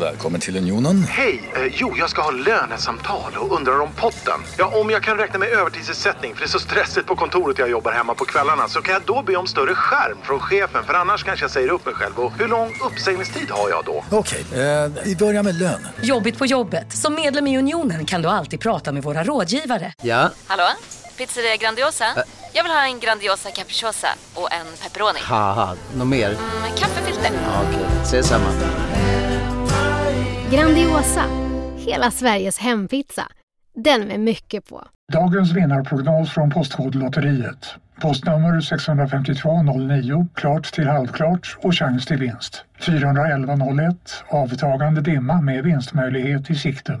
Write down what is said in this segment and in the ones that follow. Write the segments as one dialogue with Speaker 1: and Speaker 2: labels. Speaker 1: Välkommen till Unionen.
Speaker 2: Hej! Eh, jo, jag ska ha lönesamtal och undrar om potten. Ja, om jag kan räkna med övertidsersättning för det är så stressigt på kontoret jag jobbar hemma på kvällarna så kan jag då be om större skärm från chefen för annars kanske jag säger upp mig själv. Och hur lång uppsägningstid har jag då?
Speaker 1: Okej, eh, vi börjar med lön.
Speaker 3: Jobbigt på jobbet. Som medlem i Unionen kan du alltid prata med våra rådgivare.
Speaker 4: Ja,
Speaker 5: Hallå? Pizzeria Grandiosa? Jag vill ha en Grandiosa capriciosa och en pepperoni.
Speaker 4: haha, något mer?
Speaker 5: Med kaffefilter.
Speaker 4: Ja, Okej, ses samma.
Speaker 6: Grandiosa, hela Sveriges hempizza. Den med mycket på.
Speaker 7: Dagens vinnarprognos från Postkodlotteriet. Postnummer 65209, klart till halvklart och chans till vinst. 41101, avtagande dimma med vinstmöjlighet i sikte.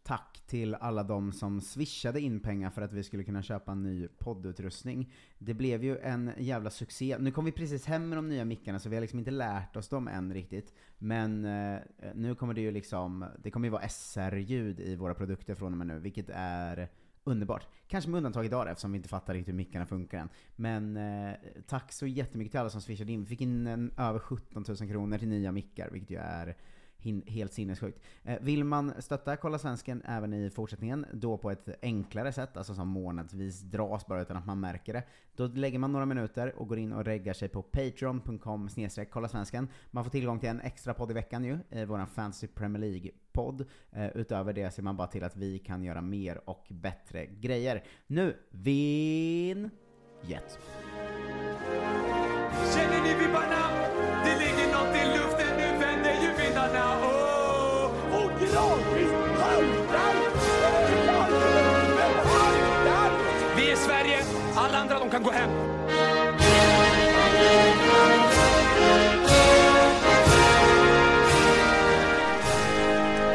Speaker 8: tack till alla de som swishade in pengar för att vi skulle kunna köpa en ny poddutrustning. Det blev ju en jävla succé. Nu kom vi precis hem med de nya mickarna så vi har liksom inte lärt oss dem än riktigt. Men eh, nu kommer det ju liksom, det kommer ju vara SR-ljud i våra produkter från och med nu, vilket är Underbart. Kanske med undantag idag då, eftersom vi inte fattar riktigt hur mickarna funkar än. Men eh, tack så jättemycket till alla som swishade in. Vi fick in en, över 17 000 kronor till nya mickar, vilket ju är hin- helt sinnessjukt. Eh, vill man stötta Kolla Svensken även i fortsättningen, då på ett enklare sätt, alltså som månadsvis dras bara utan att man märker det. Då lägger man några minuter och går in och reggar sig på patreon.com kolla svensken. Man får tillgång till en extra podd i veckan ju, i våran Fantasy Premier League-podd. Eh, utöver det ser man bara till att vi kan göra mer och bättre grejer. Nu, vin... Jet.
Speaker 9: Känner ni vibbarna? Det ligger något i luften, nu vänder ju vindarna. Åh, och gradvis haltar Sverige. Haltar! Vi är Sverige, alla andra de kan gå hem.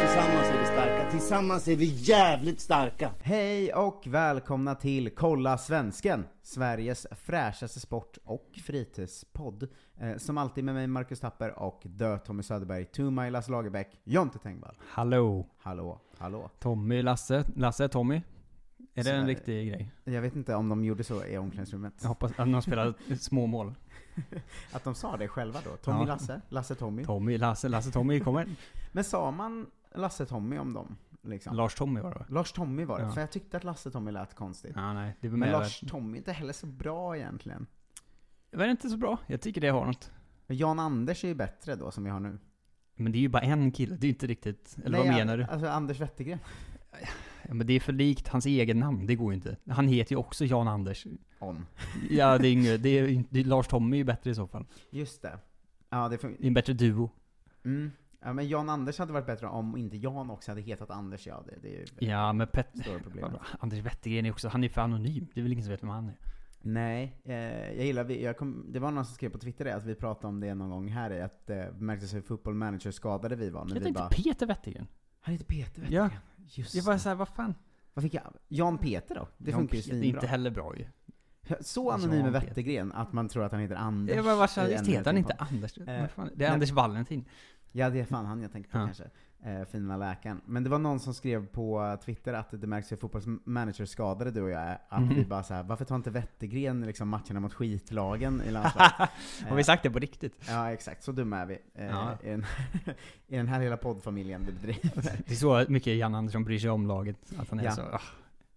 Speaker 10: Tillsammans är vi starka. Tillsammans är vi jävligt starka.
Speaker 8: Hej och välkomna till Kolla Svensken! Sveriges fräschaste sport och fritidspodd. Eh, som alltid med mig Marcus Tapper och Dö Tommy Söderberg, Tumay Lasse Lagerbäck, Jonte Tengvall.
Speaker 11: Hallå!
Speaker 8: Hallå, hallå.
Speaker 11: Tommy, Lasse, Lasse, Tommy. Är det en
Speaker 8: Sådär.
Speaker 11: riktig grej?
Speaker 8: Jag vet inte om de gjorde så i omklädningsrummet.
Speaker 11: Jag hoppas att de spelar små mål.
Speaker 8: Att de sa det själva då. Tommy
Speaker 11: Ja.
Speaker 8: Lasse, Lasse Tommy.
Speaker 11: Tommy, Lasse, Lasse, Tommy kommer.
Speaker 8: Men sa man Lasse Tommy om dem? Liksom?
Speaker 11: Lars-Tommy var det va?
Speaker 8: Lars Tommy var det,
Speaker 11: Ja.
Speaker 8: för jag tyckte att Lasse Tommy lät konstigt.
Speaker 11: Ja, nej. Det var
Speaker 8: Men
Speaker 11: mer...
Speaker 8: Lars Tommy är inte heller så bra egentligen.
Speaker 11: Det var inte så bra. Jag tycker det har något.
Speaker 8: Men Jan Anders är ju bättre då, som vi har nu.
Speaker 11: Men det är ju bara en kille. Det är ju inte riktigt... Eller vad
Speaker 8: Nej,
Speaker 11: menar du?
Speaker 8: Alltså Anders Wettergren.
Speaker 11: Ja, men det är för likt hans egen namn. Det går ju inte. Han heter ju också Jan Anders.
Speaker 8: On.
Speaker 11: Ja, det är inget... Det är, inte- Lars-Tommy är ju bättre i så fall.
Speaker 8: Just det. Ja, det
Speaker 11: Det är
Speaker 8: funkar.
Speaker 11: en bättre duo.
Speaker 8: Mm. Ja, men Jan Anders hade varit bättre om inte Jan också hade hetat Anders. Ja, det, det är ju
Speaker 11: Ja, men Pet...
Speaker 8: det stora problemet.
Speaker 11: Anders Wettergren är också... Han är för anonym. Det är väl ingen som vet vem han är.
Speaker 8: Nej, eh, jag gillar, vi- jag kom, det var någon som skrev på Twitter det, att vi pratade om det någon gång här i, att eh, märktes hur football manager skadade vi var. när
Speaker 11: Jag
Speaker 8: vi
Speaker 11: tänkte
Speaker 8: bara,
Speaker 11: Peter Wettergren.
Speaker 8: han heter Peter vet
Speaker 11: Ja.
Speaker 8: du. Just
Speaker 11: Jag
Speaker 8: det.
Speaker 11: bara såhär, vad fan?
Speaker 8: Vad fick jag? Jan Peter då? Det
Speaker 11: Jan
Speaker 8: funkar ju
Speaker 11: Peter, Det är inte
Speaker 8: svinbra.
Speaker 11: heller bra ju.
Speaker 8: Så
Speaker 11: Jan
Speaker 8: anonym är
Speaker 11: Peter.
Speaker 8: Wettergren att man tror att han heter Anders.
Speaker 11: Jag bara, Eh, varför
Speaker 8: i en
Speaker 11: heter han inte
Speaker 8: telefon.
Speaker 11: Anders? Vad fan, det är
Speaker 8: nej.
Speaker 11: Anders Valentin.
Speaker 8: Ja, det är fan han jag tänkte på
Speaker 11: Ja.
Speaker 8: kanske. Eh, fina läkaren. Men det var någon som skrev på Twitter att det märks hur fotbollsmanager skadade du och jag är.
Speaker 11: Mhm.
Speaker 8: Att vi bara såhär, varför tar inte Wettergren liksom matcherna mot skitlagen i landslaget?
Speaker 11: Har vi sagt det på riktigt?
Speaker 8: Ja, exakt. Så dumma är vi. Eh,
Speaker 11: Ja.
Speaker 8: i, den I den här lilla poddfamiljen vi bedriver.
Speaker 11: Det är så mycket Jan Andersson bryr sig om laget, att han är
Speaker 8: Ja.
Speaker 11: så, ah,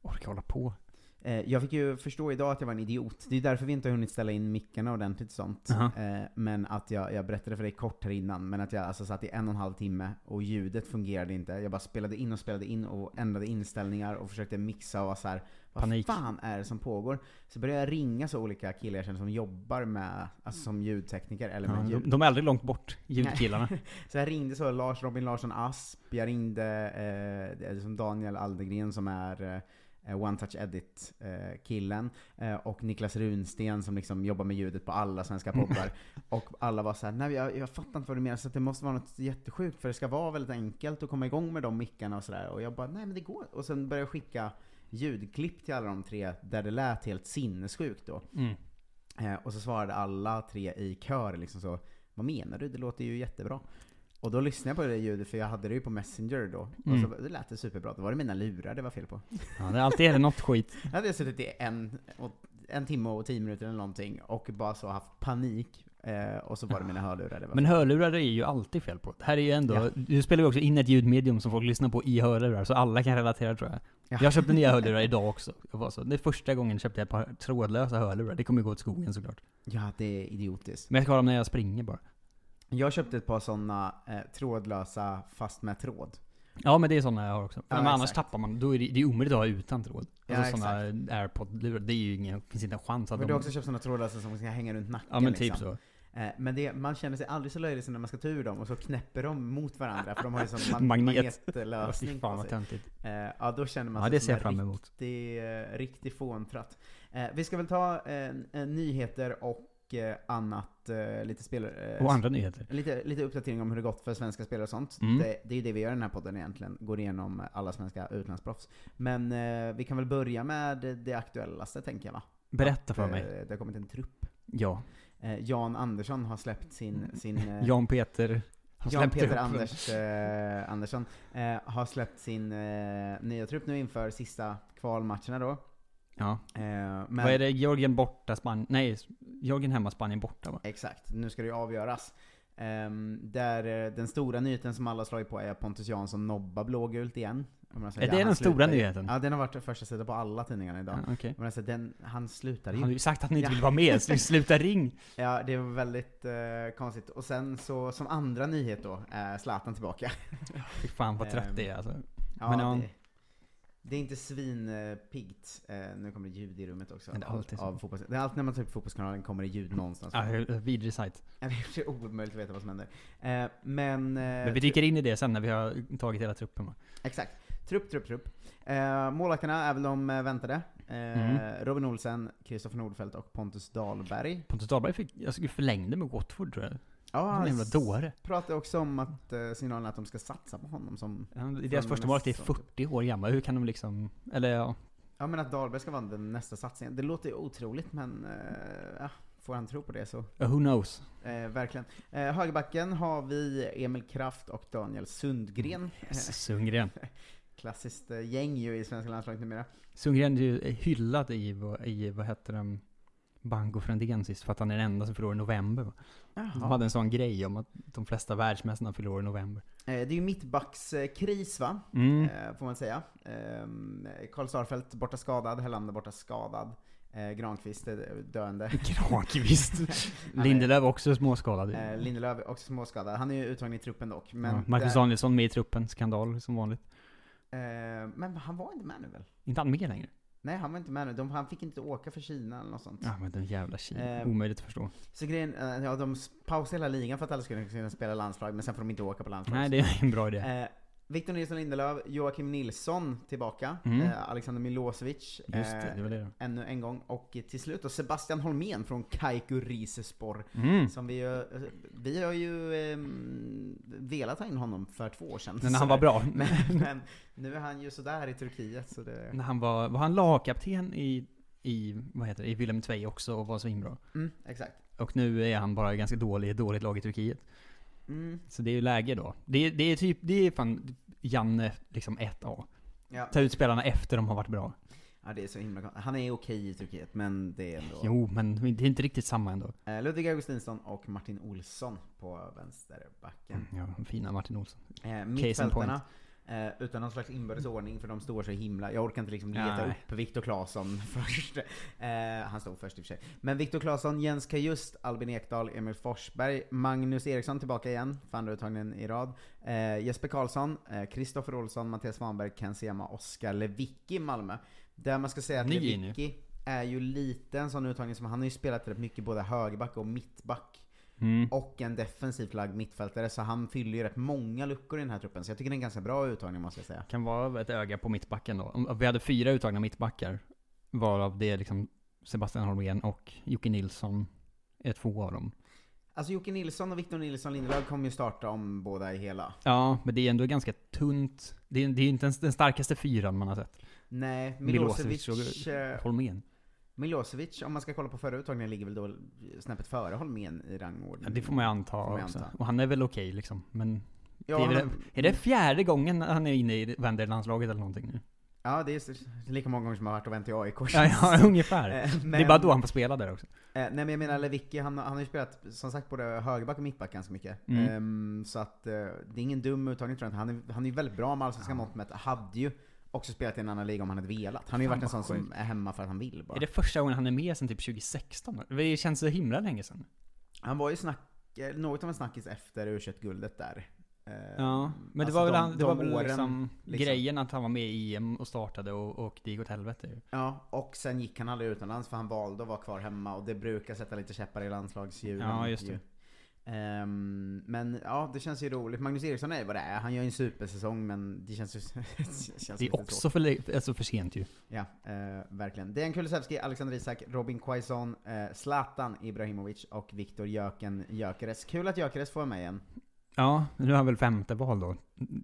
Speaker 11: orkar hålla på.
Speaker 8: Eh, jag fick ju förstå idag att jag var en idiot. Det är därför vi inte har hunnit ställa in mickarna ordentligt och sånt.
Speaker 11: Aha.
Speaker 8: Eh, men att jag, jag berättade för dig kort här innan, men att jag alltså satt i en och en halv timme och ljudet fungerade inte. Jag bara spelade in och spelade in och ändrade inställningar och försökte mixa och var så här. Vad
Speaker 11: Panik.
Speaker 8: fan är det som pågår? Så började jag ringa så olika killar jag känner som jobbar med, alltså som ljudtekniker eller
Speaker 11: Ja,
Speaker 8: med ljud.
Speaker 11: de, de är aldrig långt bort, ljudkillarna.
Speaker 8: Så jag ringde så Lars Robin Larsson Asp, jag ringde eh, det är som Daniel Aldegren som är eh, One Touch Edit eh, killen eh, och Niklas Runsten som liksom jobbar med ljudet på alla svenska poddar. och alla var så här, nej jag, jag fattar inte vad du menar så att det måste vara något jättesjukt för det ska vara väldigt enkelt att komma igång med de mickarna och sådär. Och jag bara, nej men det går. Och sen började jag skicka ljudklipp till alla de tre där det lät helt sinnessjukt då.
Speaker 11: Mm.
Speaker 8: Eh, och så svarade alla tre i kör liksom så Vad menar du? Det låter ju jättebra. Och då lyssnade jag på det ljudet för jag hade det ju på Messenger då.
Speaker 11: Mm.
Speaker 8: Och så det lät det superbra. Då var det mina lurar det var fel på.
Speaker 11: Ja, det är alltid är det något skit.
Speaker 8: Jag hade suttit i en, och, en timme och tio minuter eller någonting och bara så haft panik. Eh, och så var det mina hörlurar det var
Speaker 11: Men
Speaker 8: fel på.
Speaker 11: hörlurar är ju alltid fel på. Det här är ju ändå,
Speaker 8: Alltså. Ja.
Speaker 11: nu spelar vi också in ett ljudmedium som folk lyssnar på i hörlurar, så alla kan relatera tror jag.
Speaker 8: Ja.
Speaker 11: Jag köpte nya hörlurar idag också. Jag var så, det är första gången jag köpte ett par trådlösa hörlurar. Det kommer ju gå åt skogen såklart.
Speaker 8: Ja, det är idiotiskt.
Speaker 11: Men jag ska ha dem när jag springer bara.
Speaker 8: Jag köpte ett par sådana eh, trådlösa fast med tråd.
Speaker 11: Ja men det är sådana jag har också.
Speaker 8: Ja,
Speaker 11: men annars
Speaker 8: exakt.
Speaker 11: tappar man, då är det, det är omöjligt att ha utan tråd.
Speaker 8: Ja,
Speaker 11: Alltså sådana airpod-lurar, det är ju ingen, finns inte en chans att
Speaker 8: Men du
Speaker 11: de...
Speaker 8: har också köpt sådana trådlösa som ska hänga runt nacken
Speaker 11: Ja, men typ
Speaker 8: liksom. Eh, Men det, man känner sig aldrig så löjlig som när man ska ta ur dem och så knäpper de mot varandra för de har ju sån man-
Speaker 11: Magnet.
Speaker 8: magnetlösning
Speaker 11: Fy fan,
Speaker 8: på
Speaker 11: vad
Speaker 8: sig.
Speaker 11: töntigt.
Speaker 8: Eh, Ja, då känner man
Speaker 11: Ja,
Speaker 8: sig
Speaker 11: det
Speaker 8: som
Speaker 11: ser
Speaker 8: en
Speaker 11: jag fram emot.
Speaker 8: riktig, eh, riktig fåntratt. Eh, Vi ska väl ta eh, eh, nyheter och eh, annat, eh, lite spel... eh,
Speaker 11: Och andra nyheter.
Speaker 8: Lite, lite uppdatering om hur det gått för svenska spelare och sånt.
Speaker 11: typ. Mm.
Speaker 8: Det, det är ju det vi gör i den här podden egentligen, går igenom alla svenska utlandsproffs. Men eh, vi kan väl börja med det aktuellaste tänker jag va?
Speaker 11: Berätta för
Speaker 8: eh,
Speaker 11: mig.
Speaker 8: Det har kommit en trupp.
Speaker 11: Ja.
Speaker 8: Eh, Jan Andersson har släppt sin... sin eh,
Speaker 11: Jan Peter har
Speaker 8: Jan
Speaker 11: släppt
Speaker 8: Peter
Speaker 11: upp.
Speaker 8: Anders, eh, Andersson eh, har släppt sin eh, nya trupp nu inför sista kvalmatcherna då.
Speaker 11: Ja.
Speaker 8: Eh, men,
Speaker 11: Vad är det? Georgien borta, Spanien... Nej, Georgien hemma, Spanien borta va?
Speaker 8: Exakt, nu ska det ju avgöras. Ehm, där eh, den stora nyheten som alla har slagit på är att Pontus Jansson nobbar blågult igen. Jag menar, så
Speaker 11: Är
Speaker 8: ja,
Speaker 11: det
Speaker 8: han
Speaker 11: den
Speaker 8: slutar
Speaker 11: stora
Speaker 8: ju-
Speaker 11: nyheten?
Speaker 8: Ja, den har varit första sidan på alla tidningarna idag.
Speaker 11: Ja, okej.
Speaker 8: Jag menar, så den, han slutar ju.
Speaker 11: Han har ju sagt att han inte
Speaker 8: Ja.
Speaker 11: vill vara med, så sluta ring!
Speaker 8: Ja, det var väldigt eh, konstigt. Och sen så, som andra nyhet då, är Zlatan tillbaka.
Speaker 11: Fy fan vad trött
Speaker 8: Ehm,
Speaker 11: det är alltså.
Speaker 8: Ja,
Speaker 11: Men ja,
Speaker 8: det, det är inte svinpiggt. Eh, nu kommer det ljud i rummet också.
Speaker 11: Men det är
Speaker 8: av-
Speaker 11: alltid så. Mm.
Speaker 8: av fotbolls- det är alltid när man tar upp Fotbollskanalen kommer det ljud någonstans.
Speaker 11: Ja, vidrig sajt.
Speaker 8: Det är omöjligt att veta vad som händer. Eh, men... eh,
Speaker 11: Men vi dyker in i det sen när vi har tagit hela truppen va?
Speaker 8: Exakt. Trupp, trupp, trupp. Eh, målvakterna är väl de eh, väntade. Eh,
Speaker 11: Mm.
Speaker 8: Robin Olsen, Kristoffer Nordfeldt och Pontus Dahlberg.
Speaker 11: Pontus Dahlberg fick, jag skulle förlängde med Watford tror jag.
Speaker 8: Ja,
Speaker 11: han är en jävla
Speaker 8: s-
Speaker 11: dåre.
Speaker 8: Pratade också om att eh, signalen att de ska satsa på honom som...
Speaker 11: Han,
Speaker 8: från
Speaker 11: deras första målvakt är
Speaker 8: nästa-
Speaker 11: 40 år gammal, hur kan de liksom... Eller ja,
Speaker 8: Ja men att Dahlberg ska vara den nästa satsningen. Det låter ju otroligt men... Eh, ja, får han tro på det så...
Speaker 11: who knows?
Speaker 8: Eh, verkligen. Eh, högerbacken har vi Emil Kraft och Daniel Sundgren.
Speaker 11: Mm, Sundgren.
Speaker 8: Klassiskt eh, gäng ju i svenska landslaget numera.
Speaker 11: Sundgren är ju hyllad i, vad- i vad heter den, Banco Frändén sist för att han är den enda som förlorar i november va? De hade en sån grej om att de flesta världsmästarna förlorar i november.
Speaker 8: Eh, Det är ju mittbackskris va?
Speaker 11: Mm.
Speaker 8: Eh, Får man säga. Ehm, Karl Starfelt borta skadad, Hellander borta skadad. Eh, Granqvist eh, döende.
Speaker 11: Granqvist.
Speaker 8: Han är-
Speaker 11: Lindelöf också småskadad.
Speaker 8: Eh, Lindelöf är också småskadad. Han är ju uttagen i truppen dock. Men,
Speaker 11: ja, Marcus
Speaker 8: där-
Speaker 11: Danielsson med i truppen, skandal som vanligt.
Speaker 8: eh, men han var inte med nu väl?
Speaker 11: Inte han med längre?
Speaker 8: Nej, han var inte med nu. De, han fick inte åka för Kina eller något sånt.
Speaker 11: Ja men den jävla Kina,
Speaker 8: Eh,
Speaker 11: omöjligt att förstå.
Speaker 8: Så grejen, eh, ja de s- pausade hela ligan för att alla skulle kunna spela landslag, men sen får de inte åka på landslag.
Speaker 11: Nej det är en bra idé.
Speaker 8: Eh, Victor Nilsson Lindelöf, Joakim Nilsson tillbaka,
Speaker 11: Mm.
Speaker 8: eh, Alexander Milosevic eh,
Speaker 11: Just det, det var det då.
Speaker 8: ännu en gång och till slut då Sebastian Holmén från Kaiku Risespor.
Speaker 11: Mm.
Speaker 8: Som vi, ju- eh, vi har ju eh, velat ta in honom för två år sedan.
Speaker 11: Men när han
Speaker 8: Så-
Speaker 11: var bra.
Speaker 8: Men, men nu är han ju sådär i Turkiet så det...
Speaker 11: När han var, var han lagkapten i, i, vad heter det, i Willem Tvei också och var svinbra.
Speaker 8: Mm, exakt.
Speaker 11: Och nu är han bara ganska dålig i ett dåligt lag i Turkiet.
Speaker 8: Mm.
Speaker 11: Så det är ju läge då. Det, är- det är typ, det är fan Janne liksom 1A.
Speaker 8: Ja.
Speaker 11: Ta ut spelarna efter de har varit bra.
Speaker 8: ja, det är så himla kon- Han är okej i Turkiet men det är ändå...
Speaker 11: Jo, men det är inte riktigt samma ändå.
Speaker 8: Eh, Ludvig Augustinsson och Martin Olsson på vänsterbacken.
Speaker 11: Ja, fina Martin Olsson.
Speaker 8: Eh,
Speaker 11: Case in point. Mm.
Speaker 8: mittfältarna, eh, utan någon slags inbördes ordning för de står så himla... Jag orkar inte liksom leta
Speaker 11: Nej.
Speaker 8: upp Viktor Claesson först. Eh, han stod först i och för sig. Men Viktor Claesson, Jens Kajust, Albin Ekdal, Emil Forsberg, Magnus Eriksson tillbaka igen för andra uttagningen i rad. Eh, Jesper Karlsson, eh, Kristoffer Olsson, Mattias Svanberg, Ken Sema, Oskar Lewicki i Malmö. Där man ska säga att
Speaker 11: Ny är ni.
Speaker 8: Lewicki är ju lite en sån uttagning som han har ju spelat rätt mycket både högerback och mittback.
Speaker 11: Mm.
Speaker 8: Och en defensivt lagd mittfältare, så han fyller ju rätt många luckor i den här truppen. Så jag tycker det är en ganska bra uttagning måste jag säga.
Speaker 11: Kan vara ett öga på mittbacken då. Om vi hade fyra uttagna mittbackar, varav det är liksom Sebastian Holmgren och Jocke Nilsson är två av dem.
Speaker 8: Alltså Jocke Nilsson och Victor Nilsson Lindelöf kommer ju starta om båda är hela.
Speaker 11: Ja, men det är ändå ganska tunt. Det är, det är ju inte ens den starkaste fyran man har sett.
Speaker 8: Nej,
Speaker 11: Milosevic
Speaker 8: Milosevic, eh,
Speaker 11: och Holmén.
Speaker 8: Milosevic, om man ska kolla på förra uttagningen, ligger väl då snäppet före Holmén i
Speaker 11: Ja,
Speaker 8: rangordningen?
Speaker 11: det får man ju anta
Speaker 8: Får man ju
Speaker 11: också.
Speaker 8: anta.
Speaker 11: Och han är väl okej liksom. Men
Speaker 8: Ja,
Speaker 11: det är, väl,
Speaker 8: han-
Speaker 11: är det fjärde gången han är inne i vänderlandslaget eller någonting nu?
Speaker 8: Ja, det är s- lika många gånger som jag har varit och vänt i AIK.
Speaker 11: Ja, ja ungefär.
Speaker 8: Eh,
Speaker 11: Det är bara då han får spela där också.
Speaker 8: Eh, nej men jag menar Lewicki, han, han har ju spelat som sagt både högerback och mittback ganska mycket.
Speaker 11: Mm.
Speaker 8: Ehm, så att eh, det är ingen dum uttagning tror jag inte. Han är, han är ju väldigt bra med allsvenska mått mätt. Hade ju också spelat i en annan liga om han hade velat. Han har ju
Speaker 11: Fan,
Speaker 8: varit en sån
Speaker 11: vad
Speaker 8: som är hemma för att han vill bara.
Speaker 11: Är det första gången han är med sen typ 2016? Det känns så himla länge sedan.
Speaker 8: Han var ju snack, eh, något av en snackis efter u guldet där. Ehm,
Speaker 11: Ja, men
Speaker 8: alltså
Speaker 11: det var väl,
Speaker 8: de-
Speaker 11: han, det
Speaker 8: de
Speaker 11: var väl
Speaker 8: åren,
Speaker 11: liksom, grejen att han var med i EM och startade och, och det gick åt helvete ju.
Speaker 8: Ja, och sen gick han aldrig utomlands för han valde att vara kvar hemma och det brukar sätta lite käppar i landslagshjulen.
Speaker 11: Ja, just det.
Speaker 8: ju. Ehm, men ja, det känns ju roligt. Magnus Eriksson är ju vad det är. Han gör ju en supersäsong men det känns ju... det känns
Speaker 11: Det
Speaker 8: lite
Speaker 11: är också för, le- alltså för sent ju.
Speaker 8: Ja, eh, verkligen. Dejan Kulusevski, Alexander Isak, Robin Quaison, eh, Zlatan Ibrahimovic och Viktor Jöken Gyökeres. Kul att Gyökeres får vara med igen.
Speaker 11: Ja, nu är han väl femte val då.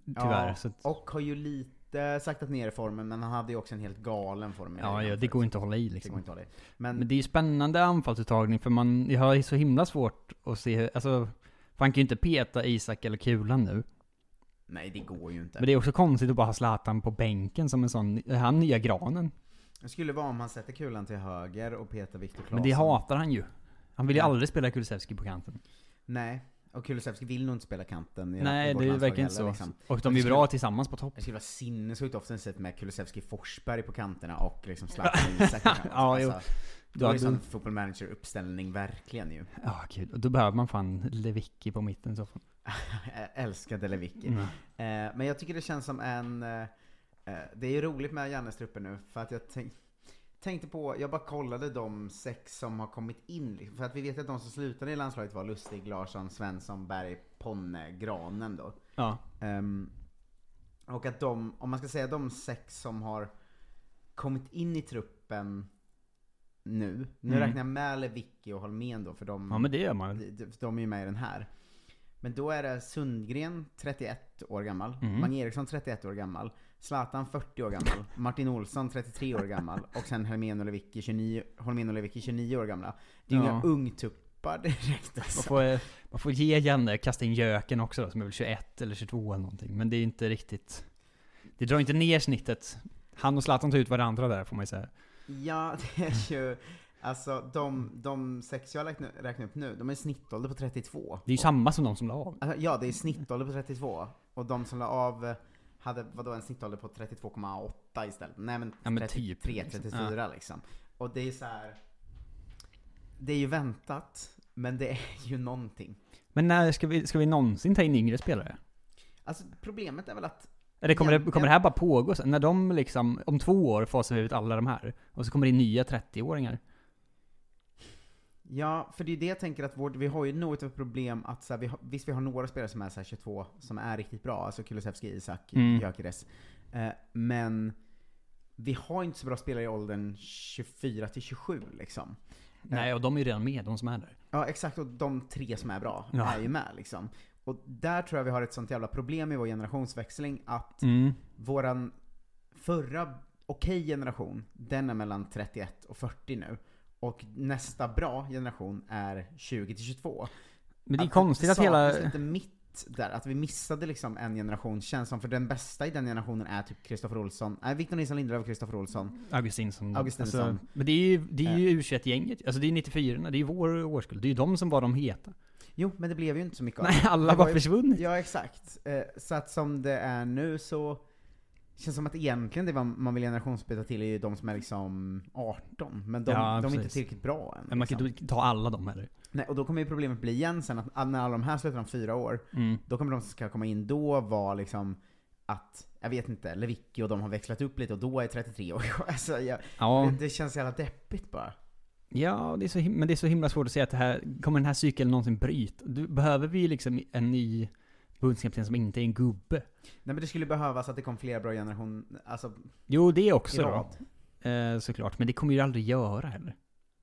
Speaker 11: Tyvärr.
Speaker 8: Ja,
Speaker 11: så att,
Speaker 8: Och har ju lite saktat ner formen men han hade ju också en helt galen form. i
Speaker 11: ja,
Speaker 8: den
Speaker 11: ja, det går inte att hålla i liksom.
Speaker 8: går inte att hålla i. Men-
Speaker 11: Men, det är ju spännande anfallsuttagning för man, jag har ju så himla svårt att se, alltså. För han kan ju inte peta Isak eller Kulan nu.
Speaker 8: Nej, det går ju inte.
Speaker 11: Men det är också konstigt att bara ha Zlatan på bänken som en sån, är han nya granen?
Speaker 8: Det skulle vara om han sätter kulan till höger och petar Viktor Claesson.
Speaker 11: Men det hatar han ju. Han vill ju
Speaker 8: Ja.
Speaker 11: aldrig spela Kulusevski på kanten.
Speaker 8: Nej, och Kulusevski vill nog inte spela kanten i-
Speaker 11: Nej,
Speaker 8: i vårt
Speaker 11: det är
Speaker 8: landslag
Speaker 11: verkligen
Speaker 8: heller, liksom.
Speaker 11: så. Och de är
Speaker 8: det
Speaker 11: bra
Speaker 8: skulle-
Speaker 11: tillsammans på topp.
Speaker 8: Det skulle vara sinnessjukt offensivt med Kulusevski Forsberg på kanterna och liksom Zlatan Isak på kanterna.
Speaker 11: Ja, jo.
Speaker 8: Då är det
Speaker 11: Ja,
Speaker 8: sån
Speaker 11: då-
Speaker 8: football manager-uppställning verkligen ju.
Speaker 11: Ja, kul. Och då behöver man fan Lewicki på mitten i så fall.
Speaker 8: Jag älskade Lewicki.
Speaker 11: Mm.
Speaker 8: Eh, men jag tycker det känns som en... Eh, eh, det är ju roligt med Jannes trupper nu för att jag tänk, tänkte på, jag bara kollade de sex som har kommit in. liksom. För att vi vet att de som slutade i landslaget var Lustig, Larsson, Svensson, Berg, Ponne, Granen då.
Speaker 11: Ja.
Speaker 8: Ehm, och att de, om man ska säga de sex som har kommit in i truppen nu. Nu
Speaker 11: Mm.
Speaker 8: räknar jag med Lewicki och Holmén då för de,
Speaker 11: Ja, men det gör man.
Speaker 8: de, de- de är ju med i den här. Men då är det Sundgren 31 år gammal,
Speaker 11: Mm.
Speaker 8: Mange Eriksson 31 år gammal, Zlatan 40 år gammal, Martin Olsson 33 år gammal och sen Holmén och Lewicki 29, Holmén och Lewicki 29 år gamla. Det är ju inga
Speaker 11: Ja.
Speaker 8: ungtuppar direkt
Speaker 11: Man
Speaker 8: alltså.
Speaker 11: får, man får ge Janne, kasta in Jöken också då, som är väl 21 eller 22 eller någonting. Men det är inte riktigt... Det drar inte ner snittet. Han och Zlatan tar ut varandra där får man ju säga.
Speaker 8: Ja, det är ju... Alltså de, de sex jag räknar räknar upp nu, de är snittålder på 32.
Speaker 11: Det är ju samma som de som la av.
Speaker 8: Alltså, ja, det är snittålder på 32. Och de som la av eh, hade vadå, en snittålder på 32,8 istället. Nej men,
Speaker 11: Ja, men
Speaker 8: 33,
Speaker 11: typ, liksom.
Speaker 8: 34 liksom. Och det är så här. Det är ju väntat, men det är ju någonting.
Speaker 11: Men när ska vi, ska vi någonsin ta in yngre spelare?
Speaker 8: Alltså problemet är väl att
Speaker 11: Eller kommer, det,
Speaker 8: Jan-
Speaker 11: kommer det här bara pågå sen? När de liksom, om två år fasar vi ut alla de här. Och så kommer det in nya 30-åringar.
Speaker 8: Ja, för det är det jag tänker att vårt, vi har ju något av ett problem att så här, vi har, visst vi har några spelare som är så här 22 som är riktigt bra, alltså Kulusevski, Isak,
Speaker 11: Mm.
Speaker 8: Gyökeres. Eh, men vi har inte så bra spelare i åldern 24 till 27 liksom.
Speaker 11: Nej, och de är ju redan med, de som är där.
Speaker 8: Ja, exakt. Och de tre som är bra
Speaker 11: Ja.
Speaker 8: är ju med liksom. Och där tror jag vi har ett sånt jävla problem i vår generationsväxling att
Speaker 11: Mm.
Speaker 8: våran förra okej generation, den är mellan 31 och 40 nu. Och nästa bra generation är 20 till 22.
Speaker 11: Men det är konstigt att hela-
Speaker 8: saknas lite mitt där, att vi missade liksom en generation känns som, för den bästa i den generationen är typ Kristoffer Olsson, nej Victor Nilsson Lindelöf och Kristoffer Olsson. Eh.
Speaker 11: Augustinsson.
Speaker 8: Augustinsson.
Speaker 11: Alltså, men det är ju, det är ju U21-gänget. Alltså det är 94 det är ju vår årskull. Det är ju de som var de heta.
Speaker 8: Jo, men det blev ju inte så mycket
Speaker 11: Nej,
Speaker 8: det.
Speaker 11: alla
Speaker 8: Det
Speaker 11: var
Speaker 8: ju-
Speaker 11: försvunnit.
Speaker 8: Ja, exakt. Eh, Så att som det är nu så känns som att egentligen det man man vill generationsbyta till är ju de som är liksom 18. Men de,
Speaker 11: Ja,
Speaker 8: de är inte
Speaker 11: precis.
Speaker 8: tillräckligt bra än.
Speaker 11: Men man kan
Speaker 8: liksom.
Speaker 11: ju inte ta alla dem heller.
Speaker 8: Nej, och då kommer ju problemet bli igen sen att all- när alla de här slutar om fyra år,
Speaker 11: Mm.
Speaker 8: då kommer de som ska komma in då vara liksom att, jag vet inte, Lewicki och de har växlat upp lite och då är 33 år. Alltså, jag,
Speaker 11: Ja.
Speaker 8: det, det känns så jävla deppigt bara.
Speaker 11: Ja, det är så him- men det är så himla svårt att säga att det här, kommer den här cykeln någonsin bryta? Du, behöver vi liksom en ny förbundskapten som inte är en gubbe?
Speaker 8: Nej men det skulle behövas att det kom fler bra generationer, alltså
Speaker 11: Jo, det
Speaker 8: i
Speaker 11: också då.
Speaker 8: rad.
Speaker 11: Eh, såklart. Men det kommer ju aldrig göra heller.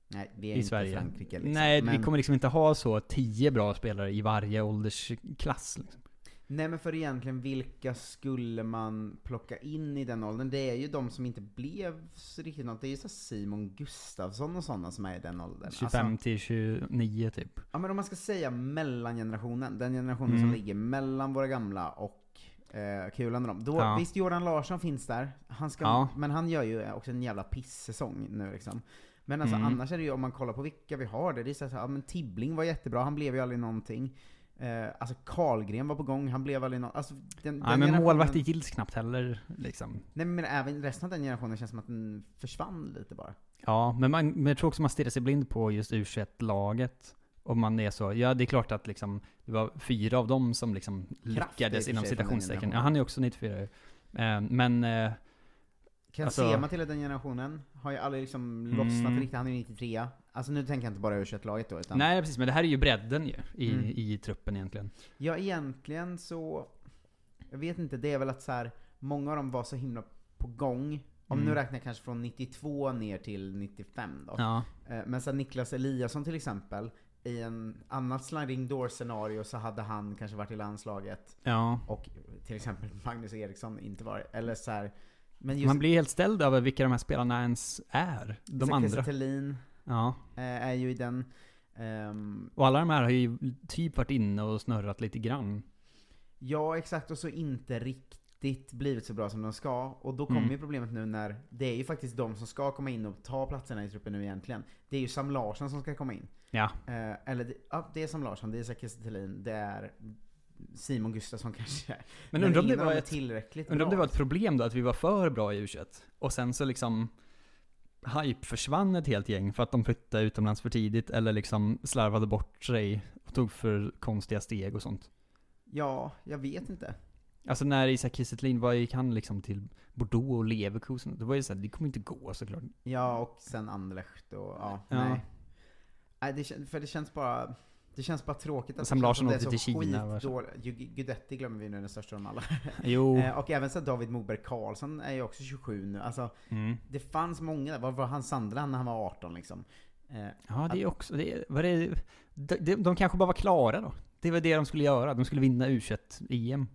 Speaker 8: Nej, vi är
Speaker 11: I
Speaker 8: inte
Speaker 11: Sverige.
Speaker 8: Frankrike liksom.
Speaker 11: Nej,
Speaker 8: Men-
Speaker 11: vi kommer liksom inte ha så tio bra spelare i varje åldersklass. Liksom.
Speaker 8: Nej men för egentligen vilka skulle man plocka in i den åldern? Det är ju de som inte blev så riktigt något. Det är ju så här Simon Gustafsson och sådana som är i den åldern. Alltså,
Speaker 11: 25 till 29 typ.
Speaker 8: Ja men om man ska säga mellangenerationen, den generationen som
Speaker 11: Mm.
Speaker 8: ligger mellan våra gamla och eh, kulan och dem. Då,
Speaker 11: Ja.
Speaker 8: Visst Jordan Larsson finns där, han ska,
Speaker 11: Ja.
Speaker 8: men han gör ju också en jävla pissäsong nu liksom. Men alltså
Speaker 11: Mm.
Speaker 8: annars är det ju, om man kollar på vilka vi har där, det är så här, ja men Tibbling var jättebra, han blev ju aldrig någonting. Eh, alltså Karlgren var på gång, han blev aldrig någonting. Alltså, den, den
Speaker 11: Nej men målvakter gills knappt heller liksom.
Speaker 8: Nej men även resten av den generationen känns som att den försvann lite bara.
Speaker 11: Ja, men, man, men jag tror också man stirrar sig blind på just u laget Om man är så, ja det är klart att liksom, det var fyra av dem som liksom
Speaker 8: i och
Speaker 11: lyckades
Speaker 8: för
Speaker 11: inom
Speaker 8: sig från den
Speaker 11: citationstecken. Ja,
Speaker 8: generationen.
Speaker 11: han är också 94 ju. Eh, Men... eh,
Speaker 8: Kan
Speaker 11: alltså-
Speaker 8: se man till den generationen har ju aldrig liksom lossnat
Speaker 11: Mm.
Speaker 8: riktigt, han är ju 93 Alltså nu tänker jag inte bara u laget då utan...
Speaker 11: Nej precis, men det här är ju bredden ju i,
Speaker 8: Mm.
Speaker 11: i truppen egentligen.
Speaker 8: Ja egentligen så, jag vet inte, det är väl att så här, många av dem var så himla på gång. Om
Speaker 11: Mm.
Speaker 8: nu räknar jag kanske från 92 ner till 95 då.
Speaker 11: Ja.
Speaker 8: Eh, Men sen Niklas Eliasson till exempel, i en annat sliding door scenario så hade han kanske varit i landslaget.
Speaker 11: Ja.
Speaker 8: Och till exempel Magnus Eriksson inte varit, eller så här. Men
Speaker 11: Man blir helt ställd över vilka de här spelarna ens är. De
Speaker 8: Sen Christer
Speaker 11: andra.
Speaker 8: Thelin
Speaker 11: Ja.
Speaker 8: eh, är ju i den. ehm,
Speaker 11: Och alla de här har ju typ varit inne och snurrat lite grann.
Speaker 8: ja, exakt. Och så inte riktigt blivit så bra som de ska. Och då kommer
Speaker 11: Mm.
Speaker 8: ju problemet nu när det är ju faktiskt de som ska komma in och ta platserna i truppen nu egentligen. Det är ju Sam Larsson som ska komma in.
Speaker 11: Ja.
Speaker 8: Eh, eller det, ja, det är Sam Larsson, det är Isak Kiese Thelin, det är Simon Gustafsson kanske.
Speaker 11: Men undrar om det
Speaker 8: ingen av
Speaker 11: var
Speaker 8: dem är
Speaker 11: ett,
Speaker 8: tillräckligt
Speaker 11: undrar om det
Speaker 8: bra.
Speaker 11: var ett problem då att vi var för bra i u Och sen så liksom hype försvann ett helt gäng för att de flyttade utomlands för tidigt eller liksom slarvade bort sig och tog för konstiga steg och sånt.
Speaker 8: Ja, jag vet inte.
Speaker 11: Alltså när Isak Kiese Thelin, vad gick han liksom till Bordeaux och Leverkusen? Det var ju såhär, det kommer inte gå såklart.
Speaker 8: Ja, och sen Anderlecht och ja,
Speaker 11: Ja.
Speaker 8: nej. nej det, kän- för det känns bara... Det känns bara tråkigt att
Speaker 11: Sam
Speaker 8: det känns
Speaker 11: Larsson
Speaker 8: som det är
Speaker 11: åkte
Speaker 8: så
Speaker 11: till Kina, va?
Speaker 8: skitdåligt. Ju- Guidetti glömmer vi nu, den största av dem alla.
Speaker 11: Jo.
Speaker 8: Eh, och även så här David Moberg Karlsson är ju också 27 nu. Alltså,
Speaker 11: Mm.
Speaker 8: det fanns många där. Var var han Sandland när han var 18 liksom? Eh,
Speaker 11: Ja, det är också... Det är, vad är det, de, de kanske bara var klara då. Det var det de skulle göra. De skulle vinna U21-EM.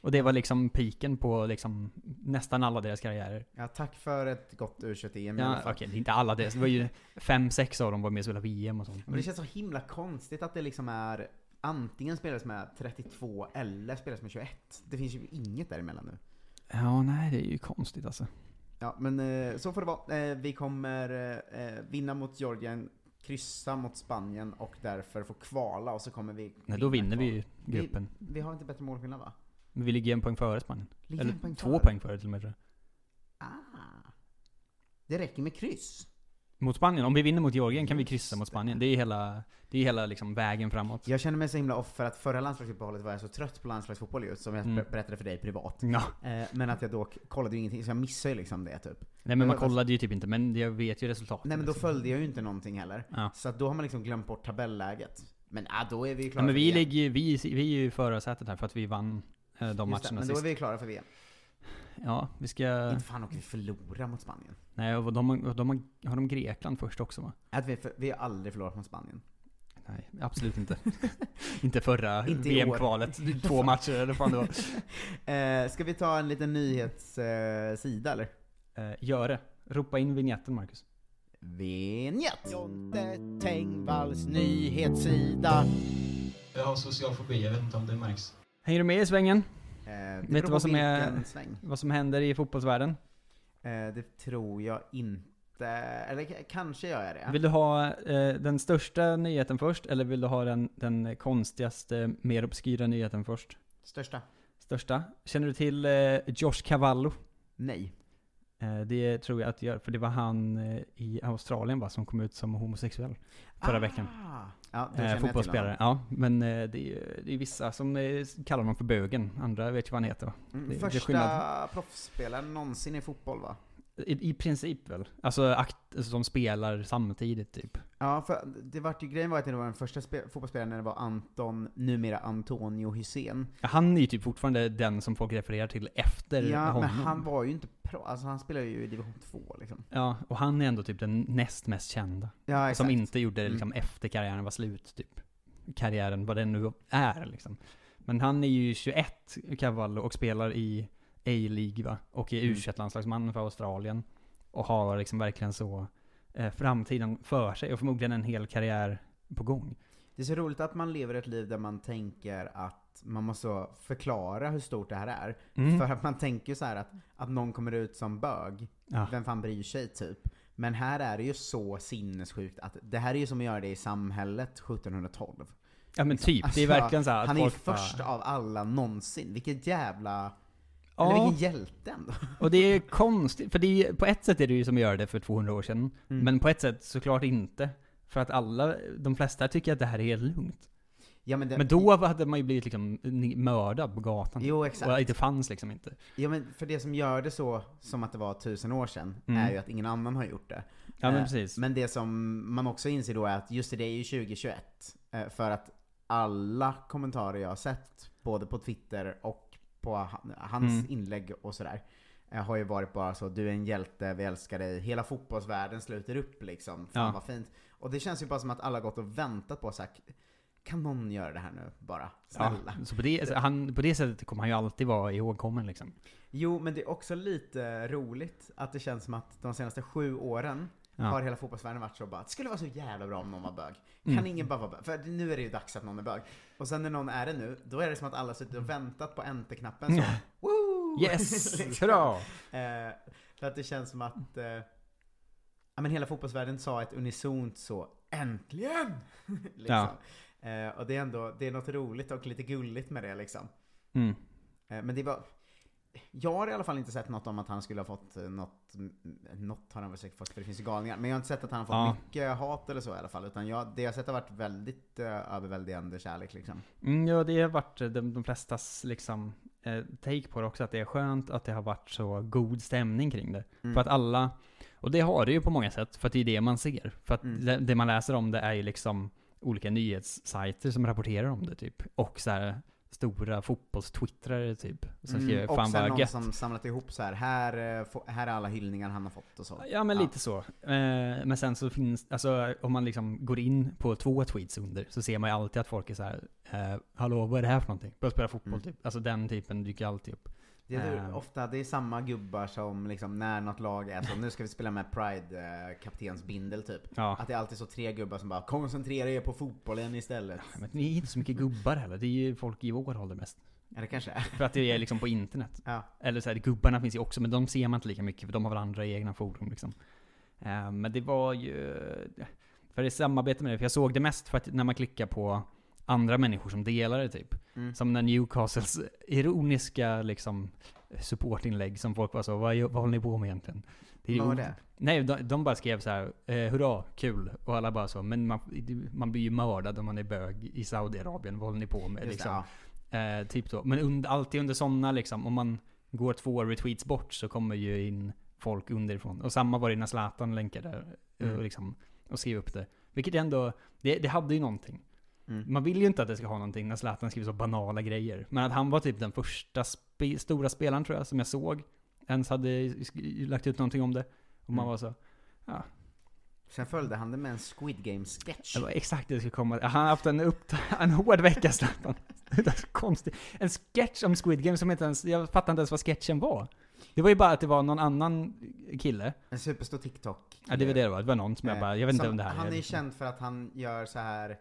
Speaker 11: Och det var liksom piken på liksom nästan alla deras karriärer.
Speaker 8: ja, tack för ett gott u em i
Speaker 11: Ja,
Speaker 8: alla
Speaker 11: okej,
Speaker 8: fall.
Speaker 11: det är inte alla deras. Det var ju fem, sex av dem var med och spelade VM och sånt.
Speaker 8: Men det känns så himla konstigt att det liksom är antingen spelas med 32 eller spelas med 21. Det finns ju inget däremellan nu.
Speaker 11: Ja, nej, det är ju konstigt alltså.
Speaker 8: Ja, men eh, så får det vara. Eh, vi kommer eh, vinna mot Georgien, kryssa mot Spanien och därför få kvala och så kommer vi...
Speaker 11: Nej, då vinner vi ju
Speaker 8: Vi-
Speaker 11: gruppen.
Speaker 8: Vi har inte bättre målskillnad va?
Speaker 11: Men vi ligger en poäng före Spanien.
Speaker 8: Ligger
Speaker 11: Eller
Speaker 8: en poäng
Speaker 11: två
Speaker 8: före? Ah!
Speaker 11: poäng före till och med tror jag.
Speaker 8: Det räcker med kryss.
Speaker 11: Mot Spanien. Om vi vinner mot Georgien kan vi kryssa mot Spanien. Det är hela, det är hela liksom vägen framåt.
Speaker 8: Jag känner mig så himla off för att förra landslagsuppehållet var jag så trött på landslagsfotboll just, som jag
Speaker 11: Mm.
Speaker 8: ber- berättade för dig privat.
Speaker 11: Ja.
Speaker 8: Eh, men att jag då k- kollade ju ingenting, så jag missade ju liksom det typ.
Speaker 11: Nej
Speaker 8: Det
Speaker 11: men
Speaker 8: var
Speaker 11: man
Speaker 8: bara-
Speaker 11: kollade ju typ inte, men jag vet ju resultatet.
Speaker 8: Nej men då
Speaker 11: liksom.
Speaker 8: följde jag ju inte någonting heller.
Speaker 11: Ja.
Speaker 8: Så att då har man liksom glömt bort tabelläget. Men ah, då är vi ju klara
Speaker 11: Nej, men
Speaker 8: för
Speaker 11: vi,
Speaker 8: VM.
Speaker 11: ligger, ju- vi, vi är ju i förarsätet här för att vi vann eh, de
Speaker 8: Just det,
Speaker 11: matcherna
Speaker 8: Men då
Speaker 11: sist. Eh.
Speaker 8: är vi ju klara för VM.
Speaker 11: Ja, vi ska...
Speaker 8: Inte fan åker vi förlora mot Spanien.
Speaker 11: Nej, och de, har- de har, har de Grekland först också va?
Speaker 8: Att vi, för, vi har aldrig förlorat mot Spanien.
Speaker 11: Nej, absolut inte. inte förra
Speaker 8: Inte i
Speaker 11: VM-kvalet.
Speaker 8: år.
Speaker 11: Två matcher eller fan det var.
Speaker 8: Eh, ska vi ta en liten nyhetssida eh, sida, eller?
Speaker 11: Eh, gör det. Ropa in vignetten Marcus.
Speaker 8: Vinjett! Jonte Tengvalls nyhetssida.
Speaker 12: Jag har social fobi, jag vet inte om det märks.
Speaker 11: Hänger du med i svängen?
Speaker 8: Eh,
Speaker 11: vet du vad som, är,
Speaker 8: vilken sväng.
Speaker 11: vad som händer i fotbollsvärlden?
Speaker 8: Eh, det tror jag inte. Eller k- kanske jag är det.
Speaker 11: Vill du ha eh, den största nyheten först eller vill du ha den, den konstigaste, mer obskyra nyheten först?
Speaker 8: Största?
Speaker 11: Största. Känner du till eh, Josh Cavallo?
Speaker 8: Nej.
Speaker 11: Eh, det tror jag att du gör, för det var han eh, i Australien va, som kom ut som homosexuell förra veckan.
Speaker 8: Ah. Ja, då känner jag
Speaker 11: Eh,
Speaker 8: till
Speaker 11: fotbollsspelare.
Speaker 8: honom.
Speaker 11: Ja, men eh, det är, ju- det är vissa som eh, kallar honom för bögen, andra vet ju vad han heter. va?
Speaker 8: Mm,
Speaker 11: Det, det är skillnad.
Speaker 8: första proffsspelaren någonsin i fotboll va?
Speaker 11: I, I princip väl. Alltså akt, som spelar samtidigt typ.
Speaker 8: Ja, för det vart ju, grejen var att det var den första spe- fotbollsspelaren när det var Anton, numera Antonio Hysén.
Speaker 11: Han är ju typ fortfarande den som folk refererar till efter
Speaker 8: Ja,
Speaker 11: honom.
Speaker 8: men han var ju inte pro, alltså han spelade ju i division 2 liksom.
Speaker 11: Ja, och han är ändå typ den näst mest kända.
Speaker 8: Ja, exakt. Mm.
Speaker 11: som inte gjorde det liksom efter karriären var slut, typ. Karriären, vad den nu är liksom. Men han är ju 21, Cavallo, och spelar i A-League va? Och är
Speaker 13: Mm.
Speaker 11: U21-landslagsman för Australien. Och har liksom verkligen så eh, framtiden för sig och förmodligen en hel karriär på gång.
Speaker 8: Det är så roligt att man lever ett liv där man tänker att man måste förklara hur stort det här är.
Speaker 11: Mm.
Speaker 8: För att man tänker ju så här att, att någon kommer ut som bög,
Speaker 11: Ja.
Speaker 8: vem fan bryr sig typ? Men här är det ju så sinnessjukt att det här är ju som att göra det i samhället 1712.
Speaker 11: Ja, men typ. Det är verkligen så här att
Speaker 8: Han är ju
Speaker 11: folk bara-
Speaker 8: först av alla någonsin. Vilket jävla...
Speaker 11: Ja.
Speaker 8: Eller vilken hjälte ändå.
Speaker 11: Och det är konstigt, för det är, ju- på ett sätt är det ju som att göra det för 200 år sedan.
Speaker 8: Mm.
Speaker 11: Men på ett sätt såklart inte. För att alla, de flesta tycker att det här är helt lugnt.
Speaker 8: Ja, men det-
Speaker 11: då hade man ju blivit liksom ni- mördad på gatan.
Speaker 8: Jo, exakt.
Speaker 11: Och det fanns liksom inte.
Speaker 8: Ja men för det som gör det så som att det var tusen år sedan
Speaker 11: Mm.
Speaker 8: är ju att ingen annan har gjort det.
Speaker 11: Ja, men
Speaker 8: Eh,
Speaker 11: precis.
Speaker 8: Men det som man också inser då är att just det, det är ju 2021. eh, För att alla kommentarer jag har sett, både på Twitter och på han- hans
Speaker 11: Mm.
Speaker 8: inlägg och sådär, eh, har ju varit bara så du är en hjälte, vi älskar dig, hela fotbollsvärlden sluter upp liksom. Fan
Speaker 11: Ja.
Speaker 8: vad fint. Och det känns ju bara som att alla gått och väntat på så här, kan någon göra det här nu bara?
Speaker 11: Ja,
Speaker 8: Snälla.
Speaker 11: så på det, så han, på det sättet kommer han ju alltid vara ihågkommen liksom.
Speaker 8: Jo, men det är också lite roligt att det känns som att de senaste sju åren
Speaker 11: Ja.
Speaker 8: har hela fotbollsvärlden varit så bara det skulle vara så jävla bra om någon var bög. Kan
Speaker 11: Mm.
Speaker 8: ingen bara vara bög? För nu är det ju dags att någon är bög. Och sen när någon är det nu, då är det som att alla suttit och väntat på enter-knappen så
Speaker 11: Ja.
Speaker 8: Woo!
Speaker 11: Yes! Hurra!
Speaker 8: Eh, för att det känns som att eh, ja, men hela fotbollsvärlden sa ett unisont så Äntligen! liksom. eh, och det är ändå det är något roligt och lite gulligt med det liksom.
Speaker 11: Mm.
Speaker 8: Eh, Men det var... Jag har i alla fall inte sett något om att han skulle ha fått eh, något, m- något har han väl säkert fått för det finns ju galningar. Men jag har inte sett att han har fått
Speaker 11: Ja.
Speaker 8: mycket hat eller så i alla fall. Utan jag, det jag har sett har varit väldigt eh, överväldigande kärlek liksom.
Speaker 11: Mm, ja, det har varit de, de flestas liksom, eh, take på det också, att det är skönt att det har varit så god stämning kring det.
Speaker 13: Mm.
Speaker 11: För att alla, och det har det ju på många sätt, för att det är det man ser. För att
Speaker 13: Mm.
Speaker 11: det, det man läser om det är ju liksom olika nyhetssajter som rapporterar om det typ. Och så här stora fotbollstwittrare typ. Som skriver
Speaker 8: Mm. och
Speaker 11: 'Fan
Speaker 8: sen
Speaker 11: vad
Speaker 8: någon
Speaker 11: gött'
Speaker 8: som samlat ihop så här, här, eh, få- här är alla hyllningar han har fått och så.
Speaker 11: Ja men lite så. Eh, men sen så finns, alltså om man liksom går in på två tweets under så ser man ju alltid att folk är så här, eh, hallå vad är det här för någonting? Börja spela fotboll typ. Alltså den typen dyker alltid upp.
Speaker 8: Det är väl
Speaker 11: Eh,
Speaker 8: ofta det är samma gubbar som liksom när något lag är så, nu ska vi spela med Pride-kaptensbindel typ.
Speaker 11: Ja.
Speaker 8: Att det är alltid så tre gubbar som bara 'koncentrera er på fotbollen istället'
Speaker 11: Men det är inte så mycket gubbar heller, det är ju folk i vår ålder mest.
Speaker 8: Ja, det kanske är.
Speaker 11: För att det är liksom på internet.
Speaker 8: Ja.
Speaker 11: Eller så här, gubbarna finns ju också, men de ser man inte lika mycket för de har väl andra egna forum liksom. Eh, Men det var ju... För det samarbete med det, för jag såg det mest för att när man klickar på andra människor som delar det typ.
Speaker 8: Mm.
Speaker 11: Som när Newcastles ironiska liksom supportinlägg som folk var så, vad, gör- vad håller ni på med egentligen? ju
Speaker 8: Vad var
Speaker 11: o-
Speaker 8: det?
Speaker 11: Nej, de, de bara skrev så här, eh, hurra, kul. Och alla bara så, men man, man blir ju mördad om man är bög i Saudiarabien, vad håller ni på med?
Speaker 8: Just det,
Speaker 11: liksom. eh, typ så. Men und, alltid under sådana liksom, om man går två retweets bort så kommer ju in folk underifrån. Och samma var det när Zlatan länkade eh,
Speaker 13: Mm.
Speaker 11: och, liksom, och skrev upp det. Vilket ändå, det, det hade ju någonting.
Speaker 8: Mm.
Speaker 11: Man vill ju inte att det ska ha någonting när Zlatan skriver så banala grejer. Men att han var typ den första spe, stora spelaren tror jag, som jag såg, ens hade sk- lagt ut någonting om det. Och man
Speaker 8: Mm.
Speaker 11: var så, ja.
Speaker 8: Sen följde han det med en Squid Game-sketch.
Speaker 11: Det var exakt det jag skulle komma Han har haft en, upp, en hård vecka, Zlatan. Det är så konstigt. En sketch om Squid Game som inte ens, jag fattar inte ens vad sketchen var. Det var ju bara att det var någon annan kille.
Speaker 8: En superstor TikTok.
Speaker 11: Ja, det var det det var. Det var någon som jag
Speaker 8: Eh,
Speaker 11: bara, jag vet inte
Speaker 8: som-
Speaker 11: om det här
Speaker 8: Han är ju
Speaker 11: liksom.
Speaker 8: känd för att han gör så här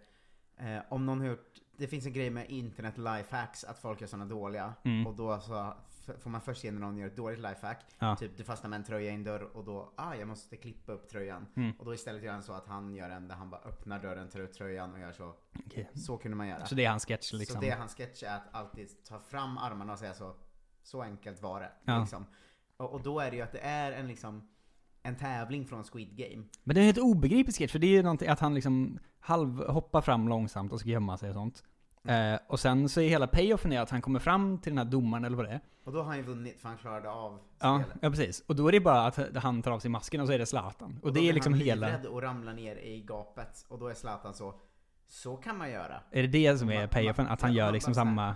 Speaker 8: eh, om någon har gjort, det finns en grej med internet lifehacks, att folk gör sådana dåliga.
Speaker 11: Mm.
Speaker 8: Och då så f- får man först se när någon gör ett dåligt lifehack.
Speaker 11: Ja.
Speaker 8: Typ du fastnar med en tröja i en dörr och då, ah jag måste klippa upp tröjan.
Speaker 11: Mm.
Speaker 8: Och då istället gör han så att han gör en där han bara öppnar dörren, tar ut tröjan och gör så.
Speaker 11: Okej.
Speaker 8: Så kunde man göra.
Speaker 11: Så det är hans sketch, liksom.
Speaker 8: Så det är hans sketch är att alltid ta fram armarna och säga så, så enkelt var det.
Speaker 11: Ja.
Speaker 8: Liksom. Och, och då är det ju att det är en liksom en tävling från Squid Game.
Speaker 11: Men det är en helt obegriplig sketch, för det är ju någonting att han liksom halvhoppar fram långsamt och ska gömma sig och sånt.
Speaker 8: Mm.
Speaker 11: Eh, och sen så är hela payoffen är att han kommer fram till den här domaren eller vad det är.
Speaker 8: Och då har han ju vunnit för han klarade av
Speaker 11: Ja, ja, precis. Och då är det bara att han tar av sig masken och så är det Zlatan. Och,
Speaker 8: då
Speaker 11: det är
Speaker 8: blir
Speaker 11: liksom
Speaker 8: han
Speaker 11: hela...
Speaker 8: livrädd och ramlar ner i gapet. Och då är Zlatan så, så kan man göra.
Speaker 11: Är det det som är payoffen? Att han gör liksom samma...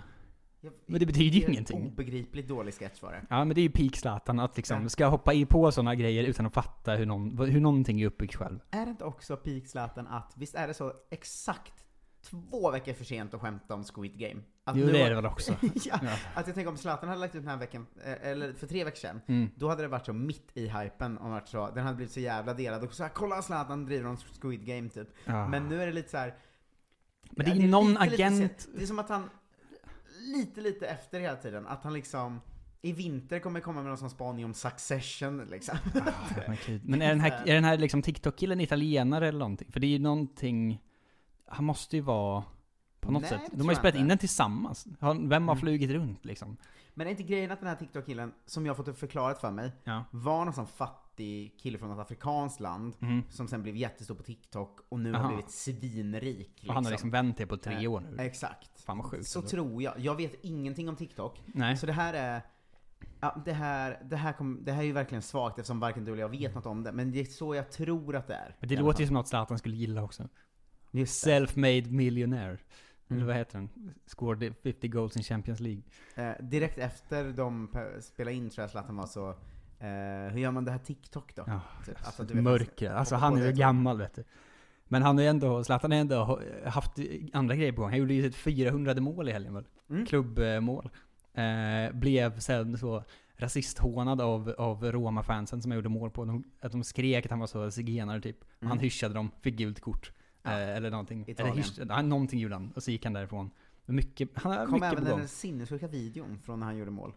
Speaker 11: Men det betyder ju
Speaker 8: är en
Speaker 11: ingenting.
Speaker 8: Obegripligt dålig sketch var det.
Speaker 11: Ja men det är ju peak Zlatan, att liksom ska hoppa i på sådana grejer utan att fatta hur, någon, hur någonting är uppbyggt själv.
Speaker 8: Är det inte också peak Zlatan att, visst är det så exakt två veckor för sent att skämta om Squid Game. Att
Speaker 11: Jo,
Speaker 8: nu-
Speaker 11: det är det väl också.
Speaker 8: ja,
Speaker 11: Ja.
Speaker 8: Att jag tänker om Zlatan hade lagt ut den här veckan, eh, eller för tre veckor sedan,
Speaker 11: Mm.
Speaker 8: då hade det varit så mitt i hypen och varit så, den hade blivit så jävla delad och så här, kolla Zlatan driver om Squid Game typ.
Speaker 11: Ja.
Speaker 8: Men nu är det lite så här.
Speaker 11: Men det är
Speaker 8: ja,
Speaker 11: någon
Speaker 8: lite, lite
Speaker 11: agent-
Speaker 8: sent. det är som att han, lite lite efter hela tiden, att han liksom i vinter kommer komma med någon sån spaning om Succession liksom.
Speaker 11: Men gud. Men är den här, är den här liksom TikTok-killen italienare eller någonting? För det är ju någonting... Han måste ju vara... På något
Speaker 8: Nej,
Speaker 11: sätt.
Speaker 8: det
Speaker 11: De
Speaker 8: tror
Speaker 11: har ju
Speaker 8: jag
Speaker 11: spelat
Speaker 8: inte.
Speaker 11: in den tillsammans. Han- Vem har
Speaker 8: Mm.
Speaker 11: flugit runt liksom?
Speaker 8: Men är inte grejen att den här TikTok-killen, som jag fått det förklarat för mig, var någon sån fattig kille från något afrikanskt land
Speaker 11: Mhm.
Speaker 8: som sen blev jättestor på TikTok och nu
Speaker 11: Aha.
Speaker 8: har blivit svinrik.
Speaker 11: Och han har liksom vänt det på tre
Speaker 8: Eh,
Speaker 11: år nu.
Speaker 8: Exakt.
Speaker 11: Fan vad sjukt.
Speaker 8: Så tror jag. Jag vet ingenting om TikTok.
Speaker 11: Nej.
Speaker 8: Så det här är... Ja, det, här, det, här kom, det här är ju verkligen svagt eftersom varken du eller jag vet något om det. Men det är så jag tror att det är.
Speaker 11: Men det
Speaker 8: I alla
Speaker 11: låter
Speaker 8: fall.
Speaker 11: ju som något Zlatan skulle gilla också.
Speaker 8: Just
Speaker 11: Self-made millionaire.
Speaker 8: Mm.
Speaker 11: Eller vad heter den? Scored 50 goals in Champions League.
Speaker 8: Eh, direkt efter de pe- spelade in tror jag Zlatan var så... Eh, hur gör man det här TikTok då?
Speaker 11: Ja,
Speaker 8: Typ,
Speaker 11: alltså,
Speaker 8: du vet,
Speaker 11: mörker. Alltså han är ju gammal vet du. Men han är ändå, Zlatan har ändå haft andra grejer på gång. Han gjorde ju sitt 400 mål i helgen väl?
Speaker 8: Mm.
Speaker 11: Klubbmål. Eh, blev sen så rasisthånad av, av Roma-fansen som jag gjorde mål på. De, att de skrek att han var så zigenare typ. Och Han
Speaker 8: Mm.
Speaker 11: hyschade dem, fick gult kort.
Speaker 8: Ja.
Speaker 11: Eh, eller någonting. Eller
Speaker 8: Italien.
Speaker 11: hyschade, han- någonting gjorde han. Och så gick han därifrån. Mycket, han har
Speaker 8: Kom
Speaker 11: mycket
Speaker 8: även
Speaker 11: på gång.
Speaker 8: den sinnessjuka videon från när han gjorde mål.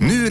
Speaker 14: Nu är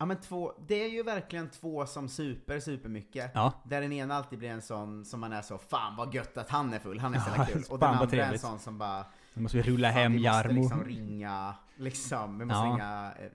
Speaker 8: Ja men två, det är ju verkligen två som super, super mycket.
Speaker 11: Ja.
Speaker 8: Där den ena alltid blir en sån som man är så 'Fan vad gött att han är full, han är så
Speaker 11: Ja,
Speaker 8: jävla kul'
Speaker 11: fan,
Speaker 8: Och
Speaker 11: vad
Speaker 8: den andra är en
Speaker 11: trevligt.
Speaker 8: sån som bara
Speaker 11: Nu måste vi rulla
Speaker 8: "Fan,
Speaker 11: hem
Speaker 8: vi måste
Speaker 11: Jarmo."
Speaker 8: liksom ringa, liksom, vi måste
Speaker 11: Ja.
Speaker 8: ringa eh,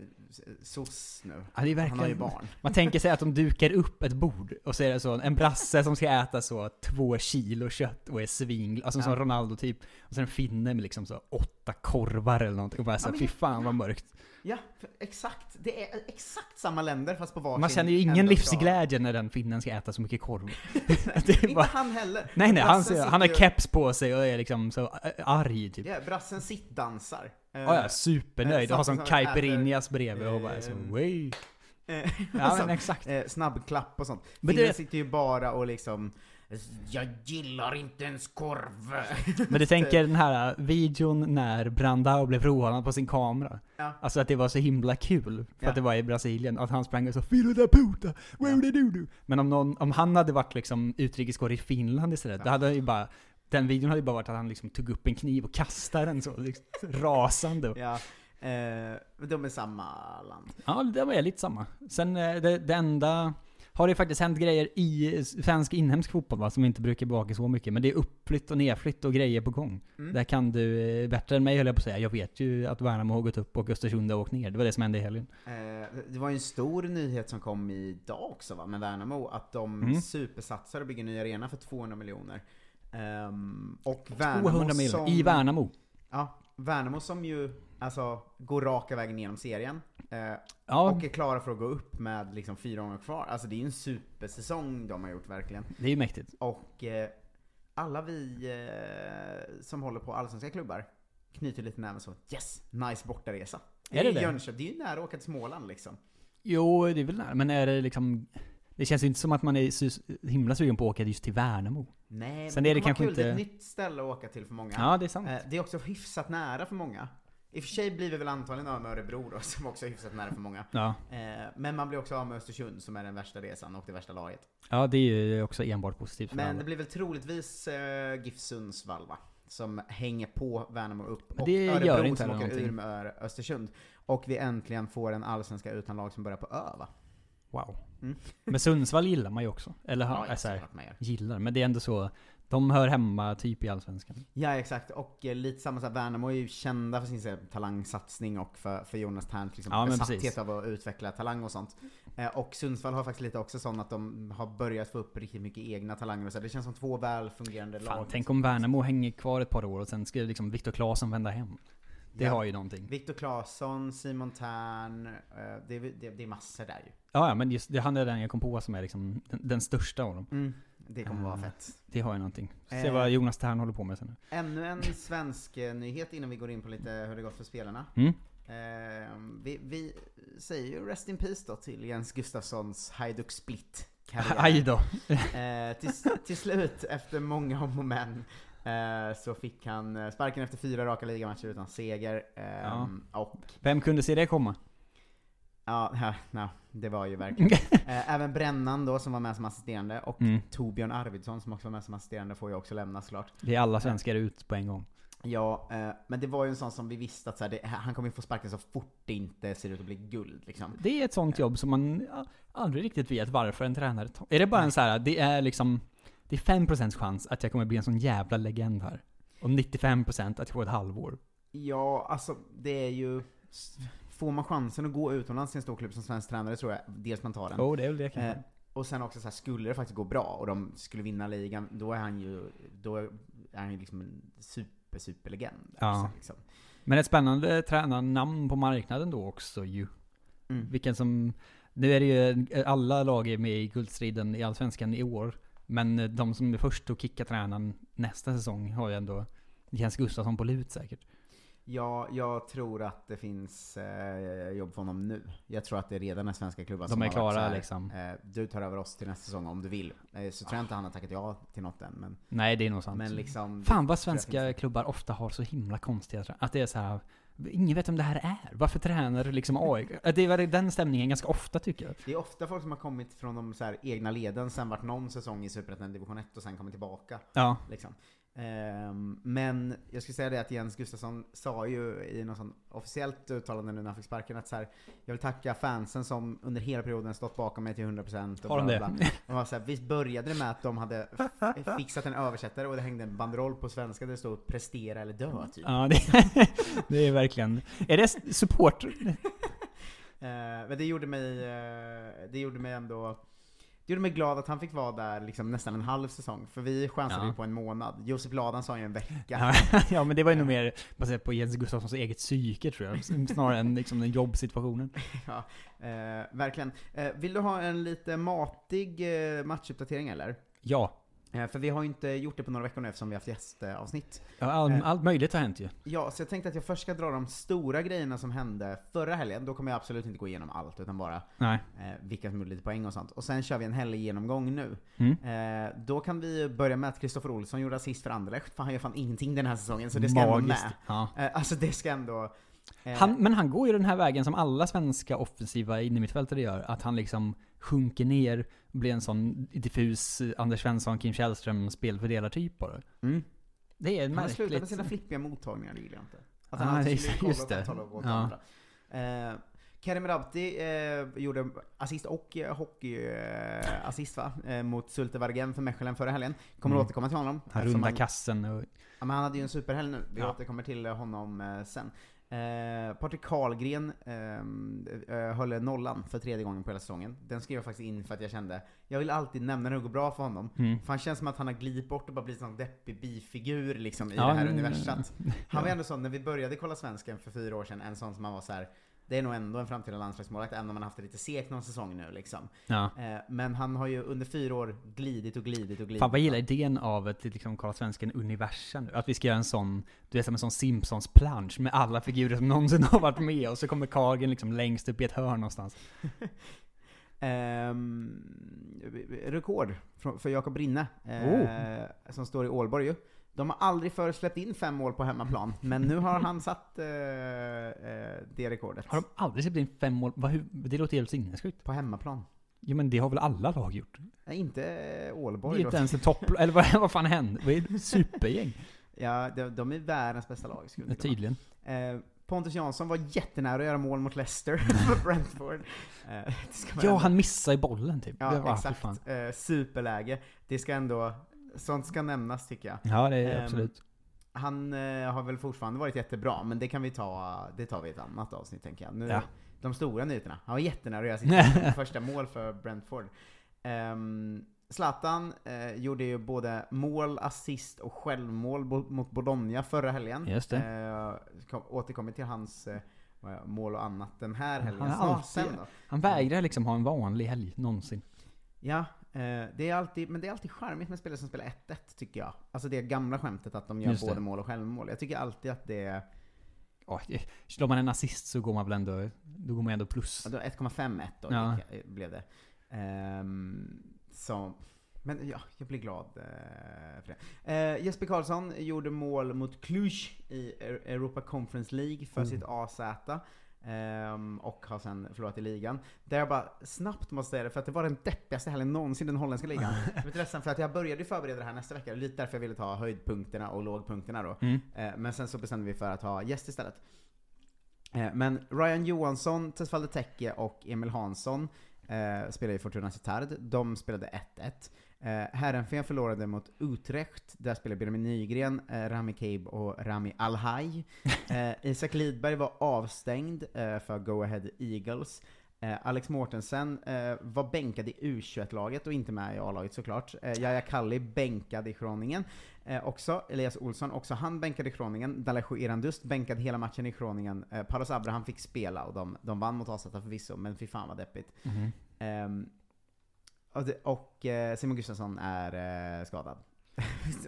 Speaker 8: SOS nu.
Speaker 11: Ja, det är
Speaker 8: Han har ju
Speaker 11: verkligen,
Speaker 8: barn.
Speaker 11: man tänker sig att de dukar upp ett bord och så är det så en brasse som ska äta så två kilo kött och är svingl, alltså en sån
Speaker 8: Ja.
Speaker 11: Ronaldo typ. Och sen en finne med liksom så åtta korvar eller någonting och bara
Speaker 8: Ja,
Speaker 11: såhär,
Speaker 8: men
Speaker 11: fy
Speaker 8: jag-
Speaker 11: fan vad mörkt.
Speaker 8: Ja, för- exakt. Det är exakt samma länder fast på varsin
Speaker 11: Man känner ju ingen
Speaker 8: ända
Speaker 11: livsglädje när den finnen ska äta så mycket korv.
Speaker 8: av- Inte han heller.
Speaker 11: Nej nej, han,
Speaker 8: Brassen
Speaker 11: ser- han har
Speaker 8: sitter ju-
Speaker 11: keps på sig och är liksom så ä- arg typ.
Speaker 8: Ja, Eh, brassen sittdansar. Eh,
Speaker 11: Ja, ja, supernöjd och har sån
Speaker 8: samtidigt som han äter-
Speaker 11: caipirinhas bredvid och bara så
Speaker 8: eh,
Speaker 11: way.
Speaker 8: Eh,
Speaker 11: men
Speaker 8: sån,
Speaker 11: exakt.
Speaker 8: eh, Snabbklapp och sånt.
Speaker 11: Men
Speaker 8: Men
Speaker 11: det-
Speaker 8: sitter ju bara och liksom Jag gillar inte ens Typ. korv.
Speaker 11: Men du tänker den här äh, videon när Brandao blev rånad på sin kamera?
Speaker 8: Ja.
Speaker 11: Alltså att det var så himla kul, för
Speaker 8: Ja.
Speaker 11: att det var i Brasilien, att han sprang och sa 'Filda puta, where did you do?' Men om, någon, om han hade varit liksom utrikeskorre i Finland istället, då hade han ju bara den videon hade ju bara varit att han liksom tog upp en kniv och kastade den så, liksom, rasande.
Speaker 8: Ja, eh, men de är samma land.
Speaker 11: Ja, det var lite samma. Sen eh, det, det enda... Har det faktiskt hänt grejer i eh, svensk inhemsk fotboll va, som inte brukar bevaka så mycket. Men det är uppflytt och nedflytt och grejer på gång.
Speaker 8: Mm.
Speaker 11: Där kan du eh, bättre än mig höll jag på att säga. Jag vet ju att Värnamo har gått upp och Östersund har åkt ner. Det var det som hände i helgen.
Speaker 8: Eh, det var ju en stor nyhet som kom idag också va, med Värnamo. Att de
Speaker 11: Mm.
Speaker 8: supersatsar och bygger en ny arena för 200 miljoner. Ehm, och Värnamo
Speaker 11: 200 miljoner
Speaker 8: som,
Speaker 11: i Värnamo.
Speaker 8: Ja, Värnamo som ju alltså går raka vägen genom serien. Eh,
Speaker 11: Ja.
Speaker 8: Och är klara för att gå upp med liksom fyra gånger kvar. Alltså det är ju en supersäsong de har gjort verkligen.
Speaker 11: Det är ju mäktigt.
Speaker 8: Och eh, alla vi eh, som håller på allsvenska klubbar knyter lite näven så yes, nice bortaresa.
Speaker 11: Är det
Speaker 8: ju
Speaker 11: det?
Speaker 8: Jönköping, det är ju nära att åka till Småland liksom.
Speaker 11: Jo, det är väl nära. Men är det liksom... Det känns ju inte som att man är su- himla sugen på att åka just till Värnamo.
Speaker 8: Nej,
Speaker 11: Sen
Speaker 8: men
Speaker 11: är det
Speaker 8: kan vara
Speaker 11: kanske
Speaker 8: kul.
Speaker 11: inte...
Speaker 8: Det är ett nytt ställe att åka till för många.
Speaker 11: Ja, det är sant.
Speaker 8: Eh, Det är också hyfsat nära för många. I och för sig blir vi väl antagligen av med Örebro då, som också är hyfsat nära för många.
Speaker 11: Ja.
Speaker 8: Eh, Men man blir också av med Östersund som är den värsta resan och det värsta laget.
Speaker 11: Ja, det är ju också enbart positivt för
Speaker 8: Men
Speaker 11: alla.
Speaker 8: det blir väl troligtvis eh, GIF Sundsvall va? Som hänger på Värnamo upp
Speaker 11: Men
Speaker 8: och
Speaker 11: det gör
Speaker 8: Örebro
Speaker 11: inte
Speaker 8: som
Speaker 11: heller
Speaker 8: åker
Speaker 11: någonting.
Speaker 8: ur med Ö- Östersund. Och vi äntligen får en allsvenska utan lag som börjar på Ö va?
Speaker 11: Wow.
Speaker 8: Mm.
Speaker 11: Men Sundsvall gillar man ju också. Eller
Speaker 8: Ja,
Speaker 11: ja,
Speaker 8: ja,
Speaker 11: så här,
Speaker 8: såklart man gör.
Speaker 11: gillar. Men det är ändå så, De hör hemma typ i Allsvenskan.
Speaker 8: Ja exakt, och eh, lite samma sak. Värnamo är ju kända för sin så här, talangsatsning och för, för Jonas Terns liksom,
Speaker 11: Ja, men
Speaker 8: besatthet
Speaker 11: precis.
Speaker 8: av att utveckla talang och sånt. Eh, och Sundsvall har faktiskt lite också sånt att de har börjat få upp riktigt mycket egna talanger och så. här. Det känns som två väl fungerande
Speaker 11: Fan,
Speaker 8: lag. liksom.
Speaker 11: tänk om Värnamo hänger kvar ett par år och sen ska liksom Viktor Claesson vända hem. Det
Speaker 8: Ja.
Speaker 11: har ju någonting.
Speaker 8: Viktor Claesson, Simon Tern, eh, det, är- det, det är massor där ju.
Speaker 11: Ja, ja, men just, det han är den jag kom på som är liksom den, den största av dem.
Speaker 8: Mm, det kommer vara
Speaker 11: Eh,
Speaker 8: fett.
Speaker 11: Det har ju någonting. Se
Speaker 8: Eh.
Speaker 11: vad Jonas Tern håller på med sen.
Speaker 8: Ännu en svensk eh, nyhet innan vi går in på lite hur det gått för spelarna.
Speaker 11: Mm.
Speaker 8: Eh, vi, vi säger ju Rest in Peace då till Jens Gustafssons Hajduk Split
Speaker 11: Aj då.
Speaker 8: eh, till, till slut, efter många om och men, eh, så fick han eh, sparken efter fyra raka ligamatcher utan seger. Eh,
Speaker 11: Ja.
Speaker 8: Och
Speaker 11: Vem kunde se det komma?
Speaker 8: Ja, ja, ja, det var ju verkligen. eh, även Brännan då som var med som assisterande och
Speaker 11: Mm.
Speaker 8: Torbjörn Arvidsson som också var med som assisterande får ju också lämna såklart.
Speaker 11: Det är alla svenskar ut på en gång.
Speaker 8: Ja, eh, men det var ju en sån som vi visste att så här, det, han kommer ju få sparken så fort det inte ser ut att bli guld liksom.
Speaker 11: Det är ett sånt jobb som man a- aldrig riktigt vet varför en tränare tar. Är det bara en så här, det är liksom, det är 5% chans att jag kommer bli en sån jävla legend här. Och 95% att jag får ett halvår.
Speaker 8: Ja, alltså det är ju... s- Får man chansen att gå utomlands till en stor klubb som svensk tränare tror jag dels man tar den. Eh,
Speaker 11: Jo, det är väl det kanske.
Speaker 8: och sen också så här, skulle det faktiskt gå bra och de skulle vinna ligan, då är han ju, då är han ju liksom en super, superlegend.
Speaker 11: Ja.
Speaker 8: Alltså, liksom.
Speaker 11: Men ett spännande tränarnamn på marknaden då också ju.
Speaker 8: Mm.
Speaker 11: Vilken som, nu är det ju, eh, alla lag är med i guldstriden i Allsvenskan i år. Men eh, de som är först att kicka tränaren nästa säsong har ju ändå Jens Gustafsson på lut säkert.
Speaker 8: Ja, jag tror att det finns eh, jobb för honom nu. Jag tror att det redan är svenska klubbar
Speaker 11: De är
Speaker 8: har varit
Speaker 11: klara,
Speaker 8: så här,
Speaker 11: liksom.
Speaker 8: Eh, du tar över oss till nästa säsong om du vill. Eh, så tror jag inte han har tackat ja till något än. Men,
Speaker 11: Nej, det är nog sant.
Speaker 8: Men liksom,
Speaker 11: Fan vad
Speaker 8: det tror jag finns.
Speaker 11: svenska klubbar ofta har så himla konstiga trä- Att det är så här. Ingen vet om det här är. Varför tränar liksom AIK? Att Det är väl den stämningen ganska ofta tycker jag.
Speaker 8: Det är ofta folk som har kommit från de så här egna leden, sen varit någon säsong i Superettan Division 1 och sen kommit tillbaka.
Speaker 11: Ja.
Speaker 8: Liksom. Ehm, men jag skulle säga det att Jens Gustafsson sa ju i något sånt officiellt uttalande nu när han fick sparken att så här, jag vill tacka fansen som under hela perioden stått bakom mig till 100% och
Speaker 11: Har de
Speaker 8: bla,
Speaker 11: det?
Speaker 8: bla, bla. Och var så här, vi började det med att de hade f- fixat en översättare och det hängde en banderoll på svenska där det stod 'prestera eller dö' typ.
Speaker 11: Ja, det, det är verkligen... Är det s- support?
Speaker 8: Eh, men det gjorde mig, eh, det gjorde mig ändå det gjorde mig glad att han fick vara där liksom nästan en halv säsong, för vi chansade
Speaker 11: Ja.
Speaker 8: ju på en månad. Josef Ladan sa ju en vecka.
Speaker 11: Ja, ja, men det var ju nog mer baserat på Jens Gustafssons eget psyke tror jag. Snarare än liksom den jobbsituationen.
Speaker 8: ja, eh, verkligen. Eh, vill du ha en lite matig eh, matchuppdatering eller?
Speaker 11: Ja.
Speaker 8: Eh, för vi har ju inte gjort det på några veckor nu eftersom vi har haft gästavsnitt.
Speaker 11: Ja, all,
Speaker 8: Eh,
Speaker 11: allt möjligt har hänt ju.
Speaker 8: Ja, så jag tänkte att jag först ska dra de stora grejerna som hände förra helgen. Då kommer jag absolut inte gå igenom allt, utan bara
Speaker 11: Nej.
Speaker 8: eh, vilka som gjorde lite poäng och sånt. Och sen kör vi en helggenomgång nu.
Speaker 11: Mm.
Speaker 8: Eh, då kan vi börja med att Kristoffer Olsson gjorde assist för Anderlecht, för han gör fan ingenting den här säsongen, så Alltså, det ska ändå
Speaker 11: Magiskt.
Speaker 8: med.
Speaker 11: Ja.
Speaker 8: Eh, alltså det ska ändå... eh,
Speaker 11: Han, men han går ju den här vägen som alla svenska offensiva innermittfältare gör. Att han liksom sjunker ner, blir en sån diffus eh, Anders Svensson, Kim Källström spelfördelartyp bara.
Speaker 8: Mm.
Speaker 11: Det är
Speaker 8: Han slutar med
Speaker 11: märkligt.
Speaker 8: sina flippiga mottagningar, det gillar jag inte. Att
Speaker 11: Ah,
Speaker 8: han alltid
Speaker 11: det-
Speaker 8: skulle kolla
Speaker 11: just
Speaker 8: åt
Speaker 11: det.
Speaker 8: ett håll och gå åt
Speaker 11: Ja.
Speaker 8: andra. Eh, Karim Rabti eh, gjorde assist och eh, hockeyassist eh, assist, va? Eh, mot Sulte Vargen för Mechelen förra helgen. Kommer
Speaker 11: Mm.
Speaker 8: återkomma till honom.
Speaker 11: Han
Speaker 8: eftersom
Speaker 11: rundar kassen och...
Speaker 8: Ja, men han hade ju en superhelg nu. Vi
Speaker 11: Ja.
Speaker 8: återkommer till eh, honom eh, sen. Eh, Patrik Karlgren eh, eh, höll nollan för tredje gången på hela säsongen. Den skrev jag faktiskt in för att jag kände, jag vill alltid nämna när det går bra för honom.
Speaker 11: Mm.
Speaker 8: För han känns som att han har glidit bort och bara blivit en sån deppig bifigur liksom i
Speaker 11: Ja,
Speaker 8: det här
Speaker 11: men-
Speaker 8: universat. Han var ändå sån, när vi började kolla svensken för fyra år sedan, en sån som han var så här. Det är nog ändå en framtida landslagsmålvakt, även om han haft det lite segt någon säsong nu liksom.
Speaker 11: Ja.
Speaker 8: Eh, Men han har ju under fyra år glidit och glidit och glidit.
Speaker 11: Fan vad jag gillar idén av ett liksom Karla Svensken-universum nu. Att vi ska göra en sån, du vet som en sån Simpsons-plansch med alla figurer som någonsin har varit med och så kommer Kagen liksom längst upp i ett hörn någonstans.
Speaker 8: Ehm, rekord från- för Jakob Rinne, eh,
Speaker 11: Oh.
Speaker 8: som står i Ålborg ju. De har aldrig förr släppt in fem mål på hemmaplan, men nu har han satt eh, eh, det rekordet.
Speaker 11: Har de aldrig släppt in fem mål? Vad, hur, det låter helt sinnessjukt.
Speaker 8: På hemmaplan?
Speaker 11: Jo men det har väl alla lag gjort?
Speaker 8: Nej, inte
Speaker 11: Det
Speaker 8: Ålborg
Speaker 11: är inte
Speaker 8: då.
Speaker 11: ens ett topp... Eller vad, vad fan hände? Det är ett supergäng.
Speaker 8: Ja, de, de är världens bästa lag. skulle jag vilja.
Speaker 11: Tydligen.
Speaker 8: Eh, Pontus Jansson var jättenära att göra mål mot Leicester för Brentford. Eh, det ska man
Speaker 11: Ja,
Speaker 8: ändå-
Speaker 11: han missar i bollen typ.
Speaker 8: Ja,
Speaker 11: Det var- fy
Speaker 8: exakt.
Speaker 11: fan.
Speaker 8: Eh, superläge. Det ska ändå... Sånt ska nämnas tycker jag.
Speaker 11: Ja, det är
Speaker 8: Ehm,
Speaker 11: absolut.
Speaker 8: Han eh, har väl fortfarande varit jättebra, men det kan vi ta, det tar vi i ett annat avsnitt tänker jag. Nu,
Speaker 11: Ja.
Speaker 8: De stora nyheterna. Han var jättenära att göra sitt första mål för Brentford. Ehm, Zlatan eh, gjorde ju både mål, assist och självmål bo- mot Bologna förra helgen.
Speaker 11: Just det.
Speaker 8: Eh, kom, återkommer till hans eh, mål och annat den här helgen.
Speaker 11: Han, har
Speaker 8: Snart
Speaker 11: alltid,
Speaker 8: sen då.
Speaker 11: han vägrar liksom ha en vanlig helg någonsin.
Speaker 8: Ja, eh, det är alltid, men det är alltid charmigt med spelare som spelar 1-1 tycker jag. Alltså det gamla skämtet att de gör
Speaker 11: Just det.
Speaker 8: både mål och självmål. Jag tycker alltid att det är...
Speaker 11: Oh, slår man en assist så går man väl ändå, då går man ändå plus.
Speaker 8: Ja, det var 1,51 då
Speaker 11: Ja.
Speaker 8: gick jag- blev det. Ehm, så, men ja, jag blir glad eh, för det. Eh, Jesper Karlsson gjorde mål mot Cluj i E- Europa Conference League för
Speaker 11: Oh.
Speaker 8: sitt AZ. ehm, och har sen förlorat i ligan. Där jag bara snabbt måste säga det, för att det var den deppigaste helgen någonsin i den holländska ligan. Jag är lite ledsen för att jag började ju förbereda det här nästa vecka, lite därför jag ville ta höjdpunkterna och lågpunkterna då.
Speaker 11: Mm.
Speaker 8: Eh, men sen så bestämde vi för att ha gäst istället. Eh, Men Ryan Johansson, Tesfalde Teke och Emil Hansson eh, spelade i Fortuna Sittard. De spelade 1-1. Eh, Herrenfen förlorade mot Utrecht. Där spelade Benjamin Nygren, eh, Rami Kabe och Rami Alhaj. Eh, Isak Lidberg var avstängd eh, för Go Ahead Eagles. Eh, Alex Mortensen eh, var bänkad i U21-laget och inte med i A-laget såklart. Eh, Yahya Kalli bänkad i Kroningen eh, också. Elias Olsson, också han bänkad i Kroningen. Dalesjo Erandust bänkad hela matchen i Kroningen. Eh, Paros Abraham fick spela och de, de vann mot AZ förvisso, men fy fan vad deppigt.
Speaker 11: Mhm.
Speaker 8: Ehm, och det, och eh, Simon Gustafsson är eh, skadad.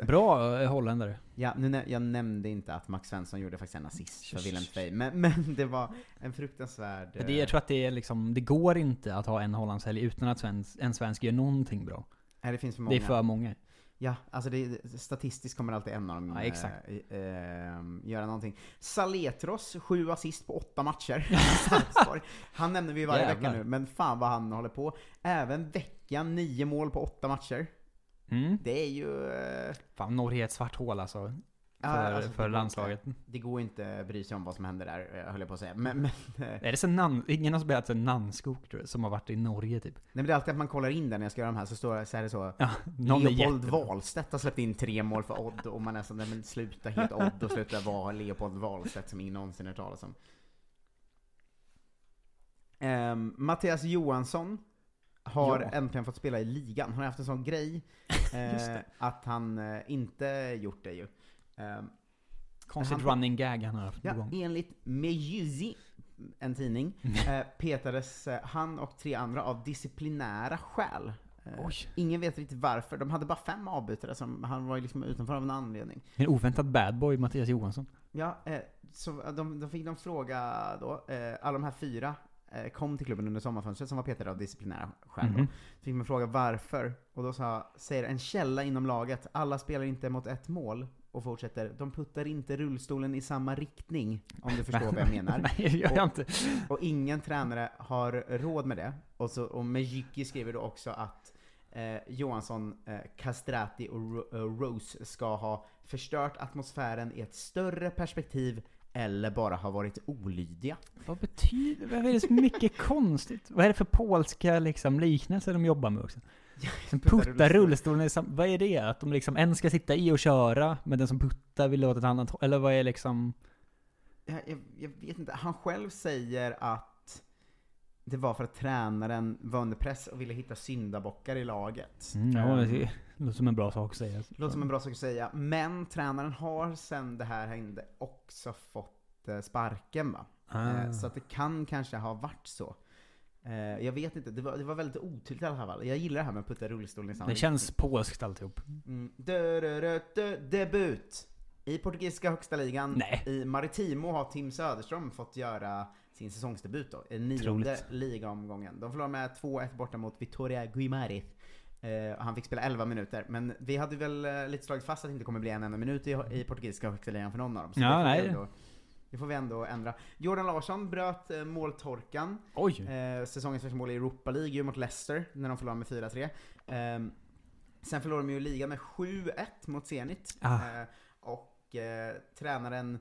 Speaker 11: Bra eh, holländare.
Speaker 8: Ja, nu, nä- jag nämnde inte att Max Svensson gjorde faktiskt en assist för Willem Tvei, men, men det var en fruktansvärd... eh,
Speaker 11: Det, jag tror att det är liksom, det går inte att ha en Hollandshelg utan att svensk, en svensk gör någonting bra.
Speaker 8: Nej, det finns för
Speaker 11: Det är
Speaker 8: många.
Speaker 11: för många.
Speaker 8: Ja, alltså det, statistiskt kommer alltid en av dem
Speaker 11: Ja, exakt.
Speaker 8: eh, eh, göra någonting. Saletros, sju assist på åtta matcher. Sarpsborg. han nämner vi varje
Speaker 11: Jävlar.
Speaker 8: vecka nu, men fan vad han håller på. Även veckan, nio mål på åtta matcher.
Speaker 11: Mm.
Speaker 8: Det är ju... eh,
Speaker 11: Fan, Norge är ett svart hål alltså.
Speaker 8: Ja,
Speaker 11: för
Speaker 8: alltså, det går
Speaker 11: för landslaget.
Speaker 8: Det går inte bry sig om vad som händer där, eh, höll jag på att säga. Men, men, eh,
Speaker 11: Är det sen nan, ingen har spelat sen Nannskog tror jag, som har varit i Norge typ.
Speaker 8: Nej men det är alltid att man kollar in där när jag ska göra de här så står det så, här är det så
Speaker 11: Ja, någon är
Speaker 8: Leopold
Speaker 11: jättebra.
Speaker 8: Wahlstedt har släppt in tre mål för Odd och man är såhär, nej men sluta helt Odd och sluta vara Leopold Wahlstedt som ingen någonsin hört talas om. Ehm, Mattias Johansson har
Speaker 11: Ja.
Speaker 8: äntligen fått spela i ligan. Han har haft en sån grej eh,
Speaker 11: Just det.
Speaker 8: att han eh, inte gjort det ju. Ehm,
Speaker 11: Konstigt
Speaker 8: han-
Speaker 11: running gag han har haft på
Speaker 8: Ja,
Speaker 11: gång.
Speaker 8: enligt Mejusi, en tidning, eh, petades eh, han och tre andra av disciplinära skäl. Eh, Ingen vet riktigt varför. De hade bara fem avbytare, som han var ju liksom utanför av en anledning.
Speaker 11: En oväntad bad boy, Mattias Johansson.
Speaker 8: Ja, eh, så de, de fick de fråga då, eh, alla de här fyra eh, kom till klubben under sommarfönstret som var petade av disciplinära skäl. då.
Speaker 11: Mhm.
Speaker 8: Så fick man fråga varför, och då sa, säger en källa inom laget, alla spelar inte mot ett mål. Och fortsätter, de puttar inte rullstolen i samma riktning, om du förstår vad jag menar.
Speaker 11: Nej, det gör jag
Speaker 8: och,
Speaker 11: inte.
Speaker 8: och ingen tränare har råd med det. Och, så, och Mejicki skriver då också att eh, Johansson, eh, Castrati och Ro- eh, Rose ska ha förstört atmosfären i ett större perspektiv eller bara ha varit olydiga.
Speaker 11: Vad betyder det? Vad är det så mycket konstigt? Vad är det för polska liksom, liknelser de jobbar med också? Som puttar rullstolen i sam- Vad är det? Att de liksom, en ska sitta i och köra, men den som puttar vill åt ett annat håll? Eller vad är liksom...
Speaker 8: Jag, jag, jag vet inte, han själv säger att det var för att tränaren var under press och ville hitta syndabockar i laget.
Speaker 11: Mm, ja,
Speaker 8: Eh,
Speaker 11: det låter som en bra sak att säga.
Speaker 8: Låter som en bra sak att säga. Men tränaren har sen det här hände också fått eh, sparken va?
Speaker 11: Ah.
Speaker 8: Eh, Så att det kan kanske ha varit så. Eh, Jag vet inte, det var, det var väldigt otydligt i alla fall. Jag gillar det här med att putta rullstolen i samma
Speaker 11: Det känns polskt alltihop.
Speaker 8: Mm. Dö-dö-dö-dö, Debut! I portugisiska högsta ligan i Maritimo har Tim Söderström fått göra sin säsongsdebut då. I nionde
Speaker 11: Otroligt.
Speaker 8: ligaomgången. De förlorade med 2-1 borta mot Vitoria Guimari. Eh, och han fick spela 11 minuter, men vi hade väl eh, lite slagit fast att det inte kommer bli en enda minut i, i portugisiska högsta ligan för någon av dem. Så
Speaker 11: Ja,
Speaker 8: det får vi
Speaker 11: nej.
Speaker 8: ändå- det får vi ändå ändra. Jordan Larsson bröt eh, måltorkan.
Speaker 11: Oj.
Speaker 8: Eh, säsongens första mål i Europa League ju mot Leicester när de förlorade med 4-3. Ehm, sen förlorade de ju ligan med 7-1 mot Zenit.
Speaker 11: Ah.
Speaker 8: Eh, och eh, tränaren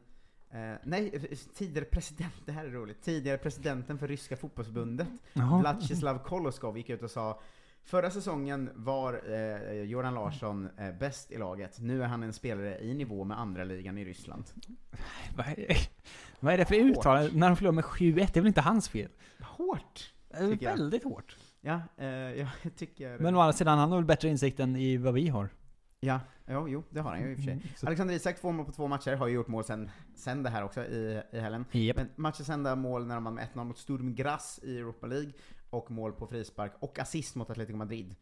Speaker 8: Eh, nej, tidigare president, det här är roligt. Tidigare presidenten för ryska fotbollsförbundet,
Speaker 11: Jaha.
Speaker 8: Vladislav Koloskov, gick ut och sa Förra säsongen var eh, Jordan Larsson eh, bäst i laget. Nu är han en spelare i nivå med andra ligan i Ryssland.
Speaker 11: Vad är, vad är det för uttalande? När de förlorar med 7-1, det är väl inte hans fel?
Speaker 8: Hårt!
Speaker 11: Det är
Speaker 8: tycker jag.
Speaker 11: Eh, väldigt hårt.
Speaker 8: Ja, eh, jag tycker...
Speaker 11: Men å andra sidan, han har väl bättre insikt än i vad vi har?
Speaker 8: Ja, jo, jo det har han ju i och för sig.
Speaker 11: Mm, så-
Speaker 8: Alexander Isak, två mål på två matcher, har ju gjort mål sen, sen det här också i, i helgen.
Speaker 11: Japp.
Speaker 8: Men matchens enda mål när de vann med 1-0 mot Sturm Graz i Europa League och mål på frispark och assist mot Atletico Madrid.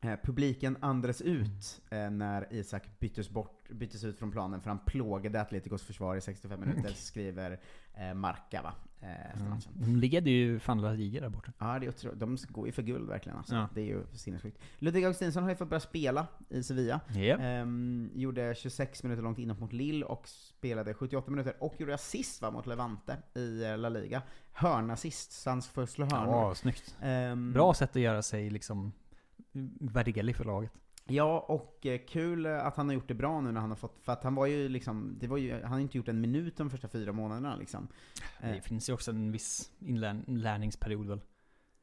Speaker 8: Eh, Publiken andades ut eh, när Isak byttes, bort, byttes ut från planen för han plågade Atleticos försvar i 65
Speaker 11: Mm,
Speaker 8: minuter, skriver eh, Marca va? Eh, efter matchen.
Speaker 11: De leder ju fan La Liga där borta.
Speaker 8: Ja, det är otroligt. De går ju för guld verkligen alltså.
Speaker 11: Ja.
Speaker 8: Det är ju sinnessjukt. Ludvig Augustinsson har ju fått börja spela i Sevilla.
Speaker 11: Japp.
Speaker 8: Ehm, gjorde 26 minuter långt inåt mot Lille och spelade 78 minuter och gjorde assist va, mot Levante i eh, La Liga. Hörnassist, så han får slå hörnor.
Speaker 11: Ja, Mm. snyggt.
Speaker 8: Ehm,
Speaker 11: Bra sätt att göra sig liksom värdelig för laget.
Speaker 8: Ja, och eh, kul att han har gjort det bra nu när han har fått, för att han var ju liksom, det var ju, han har inte gjort en minut de första fyra månaderna liksom.
Speaker 11: Det finns ju också en viss inlärningsperiod väl?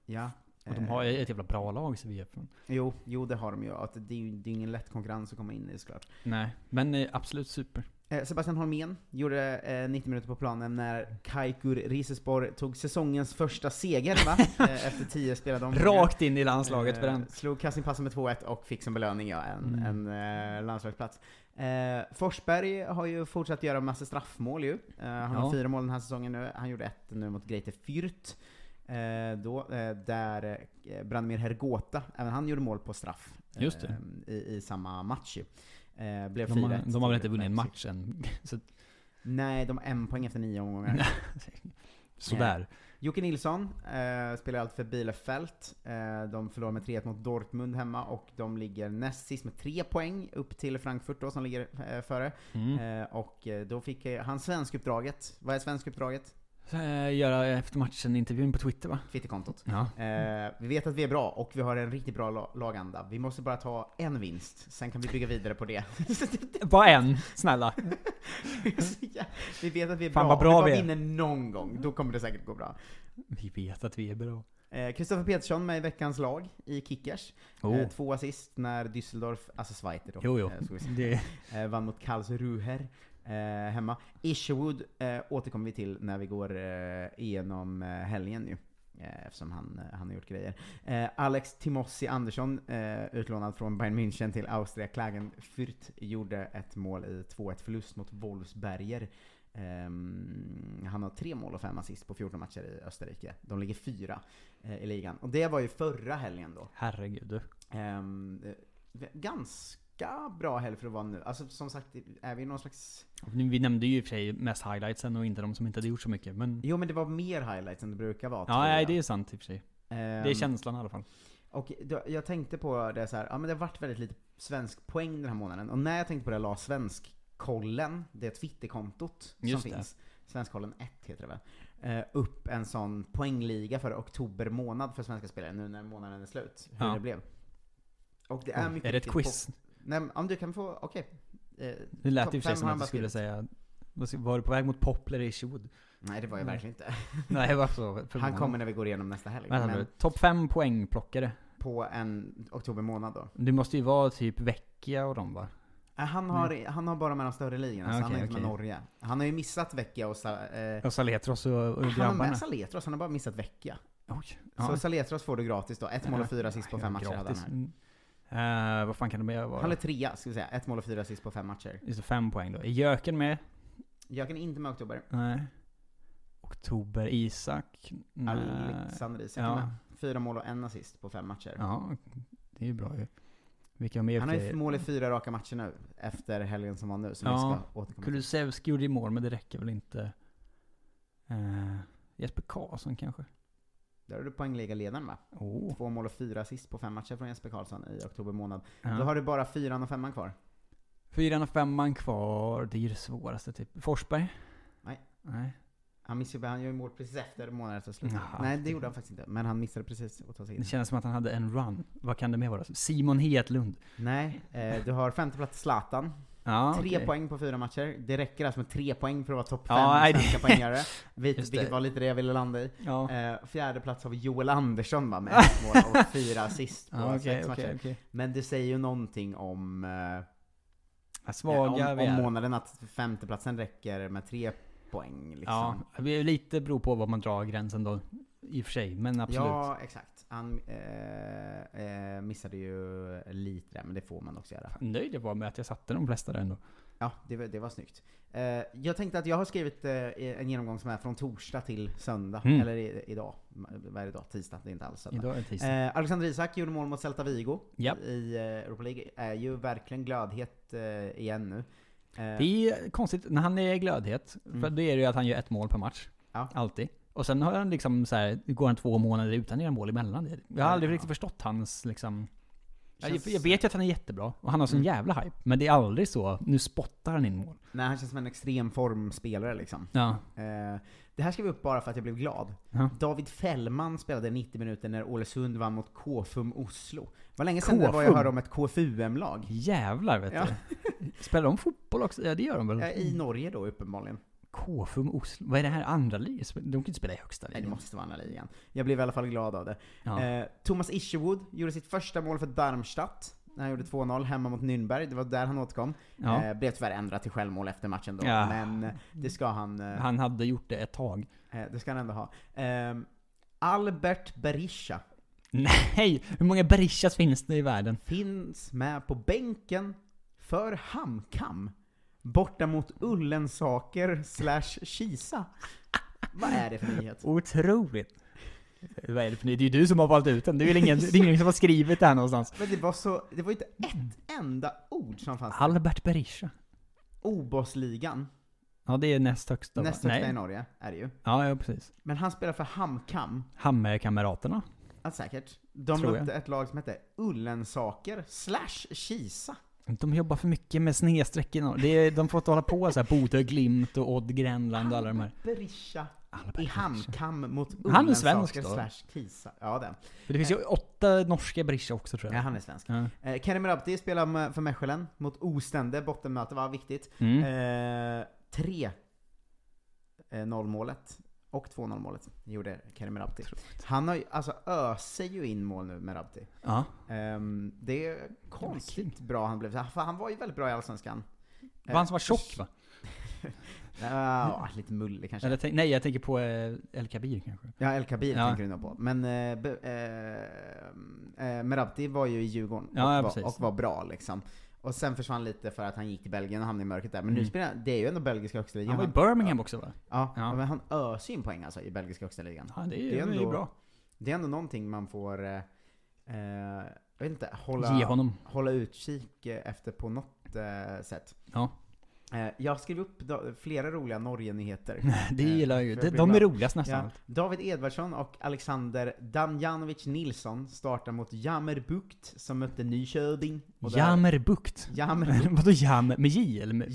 Speaker 8: Ja.
Speaker 11: Och de
Speaker 8: eh,
Speaker 11: har ju ett jävla bra lag Sevilla.
Speaker 8: Jo, jo det har de ju. Att det, är ju, det är ju ingen lätt konkurrens att komma in i såklart.
Speaker 11: Nej, men eh, absolut super.
Speaker 8: Eh, Sebastian Holmén gjorde eh, 90 minuter på planen när Kaikur Risespor tog säsongens första seger va? Eh, Efter 10 spelade omgångar.
Speaker 11: Rakt in i landslaget för den.
Speaker 8: Slog Kasim Passa med 2-1 och fick som belöning ja, en,
Speaker 11: Mm.
Speaker 8: en eh, landslagsplats. Eh, Forsberg har ju fortsatt göra massa straffmål ju. Eh, han har
Speaker 11: Ja.
Speaker 8: fyra mål den här säsongen nu. Han gjorde ett nu mot Greite Fürth. Eh, då, eh, där eh, Branimir Hergota, även han gjorde mål på straff. eh,
Speaker 11: Just det.
Speaker 8: I, I samma match ju. Eh, blev
Speaker 11: De har,
Speaker 8: 4-1
Speaker 11: de har väl
Speaker 8: till
Speaker 11: inte vunnit en
Speaker 8: Leipzig.
Speaker 11: match än. Så, att-
Speaker 8: Nej, de har en poäng efter nio omgångar.
Speaker 11: sådär.
Speaker 8: Eh, Jocke Nilsson eh, spelar allt för Bielefeld. Eh, de förlorar med 3-1 mot Dortmund hemma och de ligger näst sist med tre poäng upp till Frankfurt då som ligger eh, före.
Speaker 11: Mm.
Speaker 8: Eh, och eh, då fick eh, han svenskuppdraget. Vad är svenskuppdraget?
Speaker 11: Eh, Göra efter matchen-intervjun på Twitter va?
Speaker 8: Twitterkontot.
Speaker 11: Ja.
Speaker 8: Eh, vi vet att vi är bra och vi har en riktigt bra la- laganda. Vi måste bara ta en vinst, sen kan vi bygga vidare på det.
Speaker 11: Bara en, snälla.
Speaker 8: vi vet att vi är
Speaker 11: Fan,
Speaker 8: bra.
Speaker 11: vad bra
Speaker 8: Om
Speaker 11: vi
Speaker 8: vi bara
Speaker 11: är.
Speaker 8: vinner någon gång, då kommer det säkert gå bra.
Speaker 11: Vi vet att vi är bra.
Speaker 8: Eh, Kristoffer Petersson med i veckans lag i Kickers.
Speaker 11: Oh.
Speaker 8: Eh, två assist när Düsseldorf, alltså Schweizer då,
Speaker 11: Jo, jo.
Speaker 8: eh, ska vi säga. Eh, vann mot Karlsruher eh, hemma. Isherwood eh, återkommer vi till när vi går eh, igenom eh, helgen nu. Eh, eftersom han, eh, han har gjort grejer. Eh, Alex Timossi Andersson, eh, utlånad från Bayern München till Austria Klagenfurt, gjorde ett mål i 2-1 förlust mot Wolfsberger. Ehm, han har tre mål och fem assist på 14 matcher i Österrike. De ligger fyra eh, i ligan. Och det var ju förra helgen då.
Speaker 11: Herregud du.
Speaker 8: Ehm, eh, ganska bra helg för att vara nu. Alltså som sagt, är vi någon slags...
Speaker 11: Vi nämnde ju i och för sig mest highlightsen och inte de som inte hade gjort så mycket. Men...
Speaker 8: Jo men det var mer highlights än det brukar vara.
Speaker 11: Ja,
Speaker 8: tror
Speaker 11: nej,
Speaker 8: jag.
Speaker 11: det är sant i och för sig. Det är
Speaker 8: Ehm,
Speaker 11: känslan i alla fall.
Speaker 8: Och då, jag tänkte på det så här, ja men det har varit väldigt lite svensk poäng den här månaden. Och när jag tänkte på det la Svenskkollen, det Twitterkontot som
Speaker 11: Just det.
Speaker 8: finns, Svenskkollen 1 heter det väl, eh, upp en sån poängliga för oktober månad för svenska spelare nu när månaden är slut. Hur
Speaker 11: Ja.
Speaker 8: det blev. Och det är
Speaker 11: Oj,
Speaker 8: mycket
Speaker 11: är det ett
Speaker 8: riktigt
Speaker 11: quiz?
Speaker 8: På, nej, men om du kan få, okej. Eh,
Speaker 11: Det lät
Speaker 8: topp
Speaker 11: i och för sig
Speaker 8: fem
Speaker 11: som
Speaker 8: har
Speaker 11: att
Speaker 8: han
Speaker 11: du skulle
Speaker 8: bara skrivit.
Speaker 11: säga... vad ska- Var du på väg mot Poplar i Shood?
Speaker 8: Nej det var jag
Speaker 11: Nej.
Speaker 8: verkligen inte.
Speaker 11: Nej, varför?
Speaker 8: Han kommer när vi går igenom nästa helg.
Speaker 11: Vänta nu.
Speaker 8: men
Speaker 11: Topp 5 poängplockare.
Speaker 8: på en oktober månad då.
Speaker 11: Det måste ju vara typ Vecchia och de va?
Speaker 8: Nej, Han har, han har bara med de större ligorna, så
Speaker 11: Ah,
Speaker 8: han är
Speaker 11: okej,
Speaker 8: inte med
Speaker 11: okej.
Speaker 8: Norge. Han har ju missat Vecchia och... Sa, eh,
Speaker 11: Och Saletros och, och
Speaker 8: han har
Speaker 11: grabbarna.
Speaker 8: med Saletros, han har bara missat Vecchia.
Speaker 11: ja.
Speaker 8: Så Saletros får du gratis då. Ett mål och fyra assist på fem matcher hade han
Speaker 11: Gratis.
Speaker 8: här.
Speaker 11: Mm. Eh, vad fan kan det vara?
Speaker 8: Han är trea, ska vi säga. Ett mål och fyra assist på fem matcher.
Speaker 11: Just det, fem poäng då. Är Jöken med?
Speaker 8: Jöken är inte med i oktober.
Speaker 11: Nej. Oktober Isak? Nej.
Speaker 8: Alexander Isak är
Speaker 11: ja.
Speaker 8: med. Fyra mål och en assist på fem matcher.
Speaker 11: ja, det är ju bra ju. Vilka mer?
Speaker 8: Han har ju mål i fyra raka matcher nu, efter helgen som var nu, som
Speaker 11: Ja,
Speaker 8: vi ska återkomma till.
Speaker 11: Kulusevski gjorde ju mål, men det räcker väl inte. Eh, Jesper Karlsson kanske?
Speaker 8: Där har du poängligaledaren va?
Speaker 11: Oh.
Speaker 8: Två mål och fyra assist på fem matcher från Jesper Karlsson i oktober månad.
Speaker 11: Ja.
Speaker 8: Då har du bara fyran och femman kvar.
Speaker 11: Fyran och femman kvar, det är ju det svåraste typ. Forsberg?
Speaker 8: Nej.
Speaker 11: Nej.
Speaker 8: Han missade, han gör ju mål precis efter månaden efter slutet.
Speaker 11: Jaha.
Speaker 8: Nej, det gjorde han faktiskt inte. Men han missade precis att ta sig in.
Speaker 11: Det känns som att han hade en run. Vad kan det mer vara? Simon Hedlund?
Speaker 8: Nej, eh, du har femte plats Zlatan.
Speaker 11: Ja,
Speaker 8: tre
Speaker 11: okej.
Speaker 8: poäng på fyra matcher. Det räcker alltså med tre poäng för att vara topp fem
Speaker 11: Ja, nej, det-
Speaker 8: svenska poänggörare. Vil-
Speaker 11: Just det.
Speaker 8: Vilket var lite det jag ville landa i.
Speaker 11: Ja.
Speaker 8: Eh, fjärde plats har vi Joel Andersson va, med ett mål och fyra assist på
Speaker 11: Ja, okej,
Speaker 8: sex
Speaker 11: okej,
Speaker 8: matcher.
Speaker 11: okej.
Speaker 8: Men det säger ju någonting om eh,
Speaker 11: svaga
Speaker 8: om,
Speaker 11: vi
Speaker 8: om
Speaker 11: är.
Speaker 8: månaden att femteplatsen räcker med tre poäng. Liksom.
Speaker 11: Ja, det är lite beror på var man drar gränsen då. I och för sig, men absolut.
Speaker 8: Ja, exakt. Han eh, eh, missade ju lite där, men det får man också göra.
Speaker 11: Nöjd jag var med att jag satte de flesta där ändå.
Speaker 8: Ja, det, var- det var snyggt. Eh, jag tänkte att jag har skrivit eh, en genomgång som är från torsdag till söndag.
Speaker 11: Mm.
Speaker 8: Eller i, idag. Vad är det idag? Tisdag? Det är inte alls söndag.
Speaker 11: Idag är det tisdag.
Speaker 8: Eh, Alexander Isak gjorde mål mot Celta Vigo
Speaker 11: Ja.
Speaker 8: i eh, Europa League. Är ju verkligen glödhet eh, igen nu. Eh,
Speaker 11: Det är konstigt, när han är glödhet, för
Speaker 8: Mm.
Speaker 11: då är det ju att han gör ett mål per match. Alltid. Och sen har han liksom så här, går han två månader utan att göra mål emellan. det. Jag har aldrig riktigt förstått hans liksom... Jag-
Speaker 8: Känns-
Speaker 11: Jag vet ju att han är jättebra, och han har sån
Speaker 8: Mm.
Speaker 11: jävla hype. Men det är aldrig så, nu spottar han in mål.
Speaker 8: Nej, han känns som en extrem formspelare liksom.
Speaker 11: Ja.
Speaker 8: Eh, det här skrev jag upp bara för att jag blev glad.
Speaker 11: Ja.
Speaker 8: David Fällman spelade 90 minuter när Ålesund vann mot KFUM Oslo. Vad länge sedan det var jag
Speaker 11: KFUM?
Speaker 8: hörde om ett KFUM-lag.
Speaker 11: Jävlar vet
Speaker 8: Ja.
Speaker 11: du. Spelar de fotboll också? Ja det gör de väl?
Speaker 8: Ja, I Norge då uppenbarligen.
Speaker 11: KFUM Oslo. Vad är det här? Andra ligan? De kan inte spela i högsta ligan.
Speaker 8: Nej, det måste vara andra ligan. Jag blev i alla fall glad av det.
Speaker 11: Ja.
Speaker 8: Eh, Thomas Isherwood gjorde sitt första mål för Darmstadt. när Han gjorde 2-0 hemma mot Nürnberg, det var där han återkom.
Speaker 11: Ja.
Speaker 8: Eh, blev tyvärr ändrat till självmål efter matchen då,
Speaker 11: Ja.
Speaker 8: men eh, det ska han... eh,
Speaker 11: Han hade gjort det ett tag.
Speaker 8: Eh, det ska han ändå ha. Ehm, Albert Berisha
Speaker 11: Nej! Hur många Berishas finns det i världen?
Speaker 8: finns med på bänken för Hamkam. Borta mot Ullensaker slash Kisa. Vad är det för nyhet?
Speaker 11: Oh. Otroligt! Eh, Vad är det för Det är ju du som har valt ut den. Det är ju ingen, det är ingen som har skrivit det här någonstans.
Speaker 8: Men det var så, det var inte ett enda ord som fanns.
Speaker 11: Albert Berisha.
Speaker 8: Obosligan,
Speaker 11: Ja, det är näst högsta va?
Speaker 8: näst högsta
Speaker 11: Nej.
Speaker 8: i Norge, är det ju.
Speaker 11: Ja, ja precis.
Speaker 8: Men han spelar för Hamkam,
Speaker 11: Hammerkamraterna.
Speaker 8: ja, säkert. De
Speaker 11: Tror jag.
Speaker 8: mötte ett lag som hette Ullensaker slash Kisa.
Speaker 11: De jobbar för mycket med snedstreck i Norge. Det är- De får inte hålla på så här Bodö, Glimt och Odd Gränland och alla de här.
Speaker 8: Berisha i Hamkam mot
Speaker 11: Han är svensk
Speaker 8: Ullensaker
Speaker 11: då?
Speaker 8: slash Kisa. Ja, den.
Speaker 11: För det finns ju åtta norska Berisha också tror jag.
Speaker 8: Ja, han är svensk.
Speaker 11: Ja.
Speaker 8: Eh, Kenny Murabti spelar med- för Mechelen mot Ostende, bottenmöte var viktigt.
Speaker 11: Mm.
Speaker 8: Eh, 3 eh, 0 målet och 2-0 målet gjorde Kenny Murabti. Han har ju, alltså öser ju in mål nu Murabti.
Speaker 11: Ja.
Speaker 8: Ehm, det är konstigt bra han blev. För han var ju väldigt bra i Allsvenskan.
Speaker 11: Var han som var tjock va?
Speaker 8: Ja, lite mullig kanske.
Speaker 11: Eller, tänk- nej, jag tänker på eh, El Kabir kanske.
Speaker 8: Ja, El Kabir
Speaker 11: Ja.
Speaker 8: tänker du nog på. Men eh, be, eh, eh, Merabti var ju i Djurgården
Speaker 11: Ja, ja,
Speaker 8: och,
Speaker 11: precis.
Speaker 8: var, och var bra liksom. Och sen försvann lite för att han gick till Belgien och hamnade i mörkret där. Men nu
Speaker 11: Mm.
Speaker 8: spelar han- det är ju ändå belgiska högsta ligan.
Speaker 11: Han var i Birmingham också va?
Speaker 8: Ja, men han öser ju in poäng alltså i belgiska högsta ligan.
Speaker 11: Ja, det är- det är bra.
Speaker 8: Det är ändå någonting man får, eh, eh, jag vet inte, hålla,
Speaker 11: Ge honom.
Speaker 8: hålla utkik eh, efter på något eh, sätt.
Speaker 11: Ja.
Speaker 8: Eh, jag skrev upp da- flera roliga Norge-nyheter.
Speaker 11: Det
Speaker 8: Eh,
Speaker 11: gillar jag ju.
Speaker 8: för
Speaker 11: De-
Speaker 8: blir
Speaker 11: de är
Speaker 8: glad.
Speaker 11: roligast nästan.
Speaker 8: David Edvardsson och Alexander Damjanovic Nilsson startar mot Jammerbukt som mötte Nyköping. Och där-
Speaker 11: Jammerbukt.
Speaker 8: Jammerbukt.
Speaker 11: Vadå jammer? Med J eller med?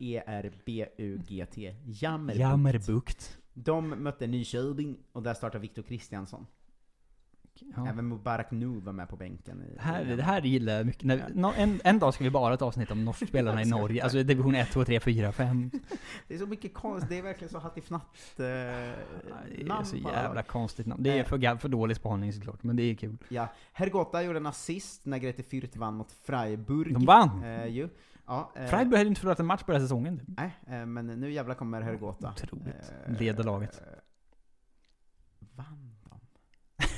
Speaker 8: E J-A-M-M-E-R-B-U-G-T. Jammerbukt.
Speaker 11: Jammerbukt.
Speaker 8: De mötte Nyköping och där startar Viktor Kristiansson.
Speaker 11: Ja.
Speaker 8: Även Mubarak Nu var med på bänken. I,
Speaker 11: Det här, det här gillar jag mycket. När, nå- en, en dag ska vi bara ha ett avsnitt om norskspelarna i Norge. Alltså division 1, 2, 3, 4, 5.
Speaker 8: Det är så mycket konst, det är verkligen så hattifnatt eh,
Speaker 11: Det är
Speaker 8: namn
Speaker 11: så
Speaker 8: på alla
Speaker 11: jävla konstigt namn. Det är för, ga- för dålig spaning såklart, men det är kul.
Speaker 8: Ja, Hergotta gjorde en assist när Grete Fürth vann mot Freiburg.
Speaker 11: De vann?
Speaker 8: Eh, ju. Ja, eh,
Speaker 11: Freiburg hade inte förlorat en match på den här säsongen.
Speaker 8: Nej, eh, men nu jävlar kommer Hergotta. Otroligt.
Speaker 11: Leder laget.
Speaker 8: Eh, vann de?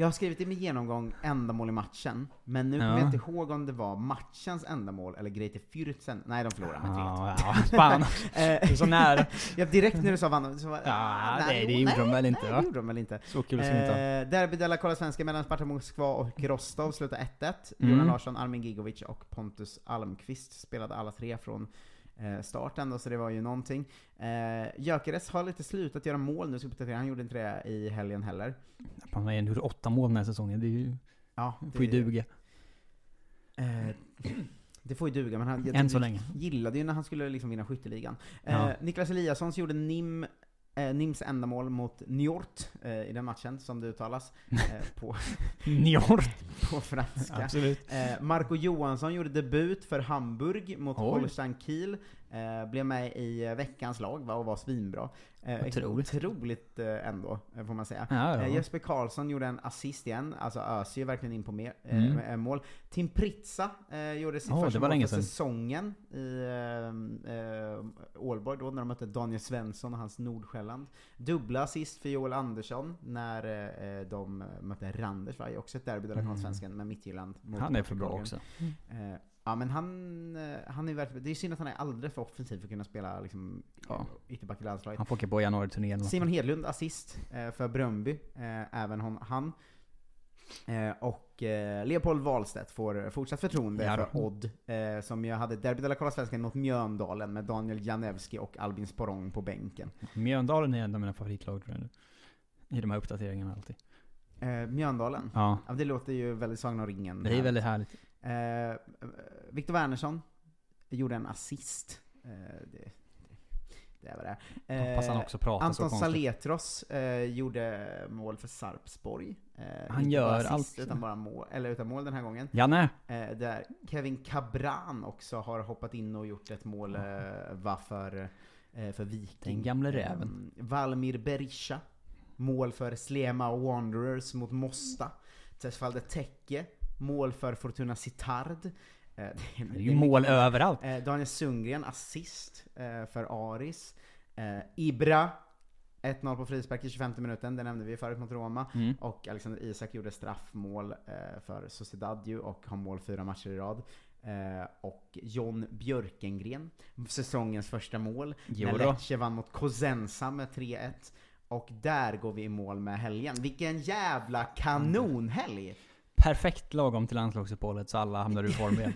Speaker 8: Jag har skrivit i min genomgång ändamål i matchen, men nu kommer
Speaker 11: Ja.
Speaker 8: jag inte ihåg om det var matchens ändamål eller Grete Fürths ändamål. Nej, de förlorade med 3-1.
Speaker 11: Ja, ja, fan.
Speaker 8: Eh,
Speaker 11: Du är så nära.
Speaker 8: ja, direkt när du sa vann så var,
Speaker 11: Ja, nej, det
Speaker 8: jo,
Speaker 11: gjorde de väl inte,
Speaker 8: Nej, Eh.
Speaker 11: va?
Speaker 8: det gjorde de väl inte.
Speaker 11: Så kul ska vi inte ha.
Speaker 8: Eh, Derby della Kolla Svenska mellan Sparta Moskva och Rostov slutade 1-1.
Speaker 11: Mm.
Speaker 8: Jonas Larsson, Armin Gigovic och Pontus Almqvist spelade alla tre från eh, starten då, så det var ju någonting. Eh, Gyökeres har lite slutat göra mål nu, ska jag uppdatera. han gjorde inte det i helgen heller.
Speaker 11: Han har ändå gjort åtta mål den här säsongen. Det är ju...
Speaker 8: Ja,
Speaker 11: det får ju duga.
Speaker 8: Eh, det får ju duga, men han jag
Speaker 11: Än så länge.
Speaker 8: gillade ju när han skulle liksom vinna skytteligan. Eh,
Speaker 11: Ja.
Speaker 8: Niklas Eliassons gjorde NIM eh, Nims ändamål mot Njort eh, i den matchen, som det uttalas. Eh, på,
Speaker 11: Njort.
Speaker 8: på franska.
Speaker 11: Absolut.
Speaker 8: Eh, Marco Johansson gjorde debut för Hamburg mot
Speaker 11: Oj.
Speaker 8: Holstein Kiel. Eh, blev med i eh, veckans lag va, och var svinbra. Eh,
Speaker 11: Otroligt.
Speaker 8: otroligt eh, ändå, eh, får man säga.
Speaker 11: Ja, ja.
Speaker 8: Eh, Jesper Karlsson gjorde en assist igen, alltså öser ju verkligen in på mer, eh,
Speaker 11: Mm.
Speaker 8: med- eh, mål. Tim Pritsa eh, gjorde sitt
Speaker 11: Åh,
Speaker 8: första
Speaker 11: det var
Speaker 8: mål
Speaker 11: länge
Speaker 8: för
Speaker 11: sedan.
Speaker 8: säsongen i eh, eh, Ålborg då, när de mötte Daniel Svensson och hans Nordsjälland. Dubbla assist för Joel Andersson när eh, eh, de mötte Randers, va? också ett derby där
Speaker 11: Mm.
Speaker 8: mm. svensken med Midtjylland. mot
Speaker 11: Han är för bra
Speaker 8: Norrköping.
Speaker 11: också.
Speaker 8: Eh, ja men han, eh, han är verkligen, det är synd att han är alldeles för offensiv för att kunna spela liksom, ytterback i landslaget.
Speaker 11: Han får åka på januari-turnén.
Speaker 8: Simon Hedlund assist eh, för Bröndby, eh, även hon, han. Eh, och eh, Leopold Wahlstedt får fortsatt förtroende
Speaker 11: Ja då.
Speaker 8: för Odd, eh, som ju hade Derby de la Cola-svenskan mot Mjöndalen med Daniel Janewski och Albin Sporrong på bänken.
Speaker 11: Mjöndalen är en av mina favoritlag tror jag nu. I de här uppdateringarna alltid.
Speaker 8: Eh, Mjöndalen?
Speaker 11: Ja.
Speaker 8: Det låter ju väldigt Sagan om ringen.
Speaker 11: Det är väldigt härligt.
Speaker 8: Eh, Viktor Wernersson gjorde en assist. Eh, det, det är vad det är. Eh,
Speaker 11: Hoppas han också pratar så
Speaker 8: Anton
Speaker 11: konstigt.
Speaker 8: Saletros eh, gjorde mål för Sarpsborg. Eh,
Speaker 11: Han
Speaker 8: inte bara
Speaker 11: gör
Speaker 8: assist,
Speaker 11: allt.
Speaker 8: Utan bara mål, eller utan mål den här gången.
Speaker 11: Janne?
Speaker 8: Eh, där Kevin Cabran också har hoppat in och gjort ett mål eh, va för, eh, för Viking.
Speaker 11: Den gamle räven.
Speaker 8: Mm, Valmir Berisha. Mål för Slema Wanderers mot Mosta. Tesfalde Tecke. Mål för Fortuna Sittard. Eh, Det är,
Speaker 11: ju mål överallt.
Speaker 8: Eh, Daniel Sundgren assist eh, för Aris. Eh, Ibra 1-0 på frispark i 25 minuten, det nämnde vi förut mot Roma.
Speaker 11: Mm.
Speaker 8: Och Alexander Isak gjorde straffmål eh, för Sociedad ju och har mål fyra matcher i rad. Eh, och John Björkengren, säsongens första mål.
Speaker 11: Jo
Speaker 8: när
Speaker 11: då.
Speaker 8: Lecce vann mot Cosenza med 3-1. Och där går vi i mål med helgen. Vilken jävla kanonhelg!
Speaker 11: Perfekt lagom till landslagsuppehållet så alla hamnar ur form igen.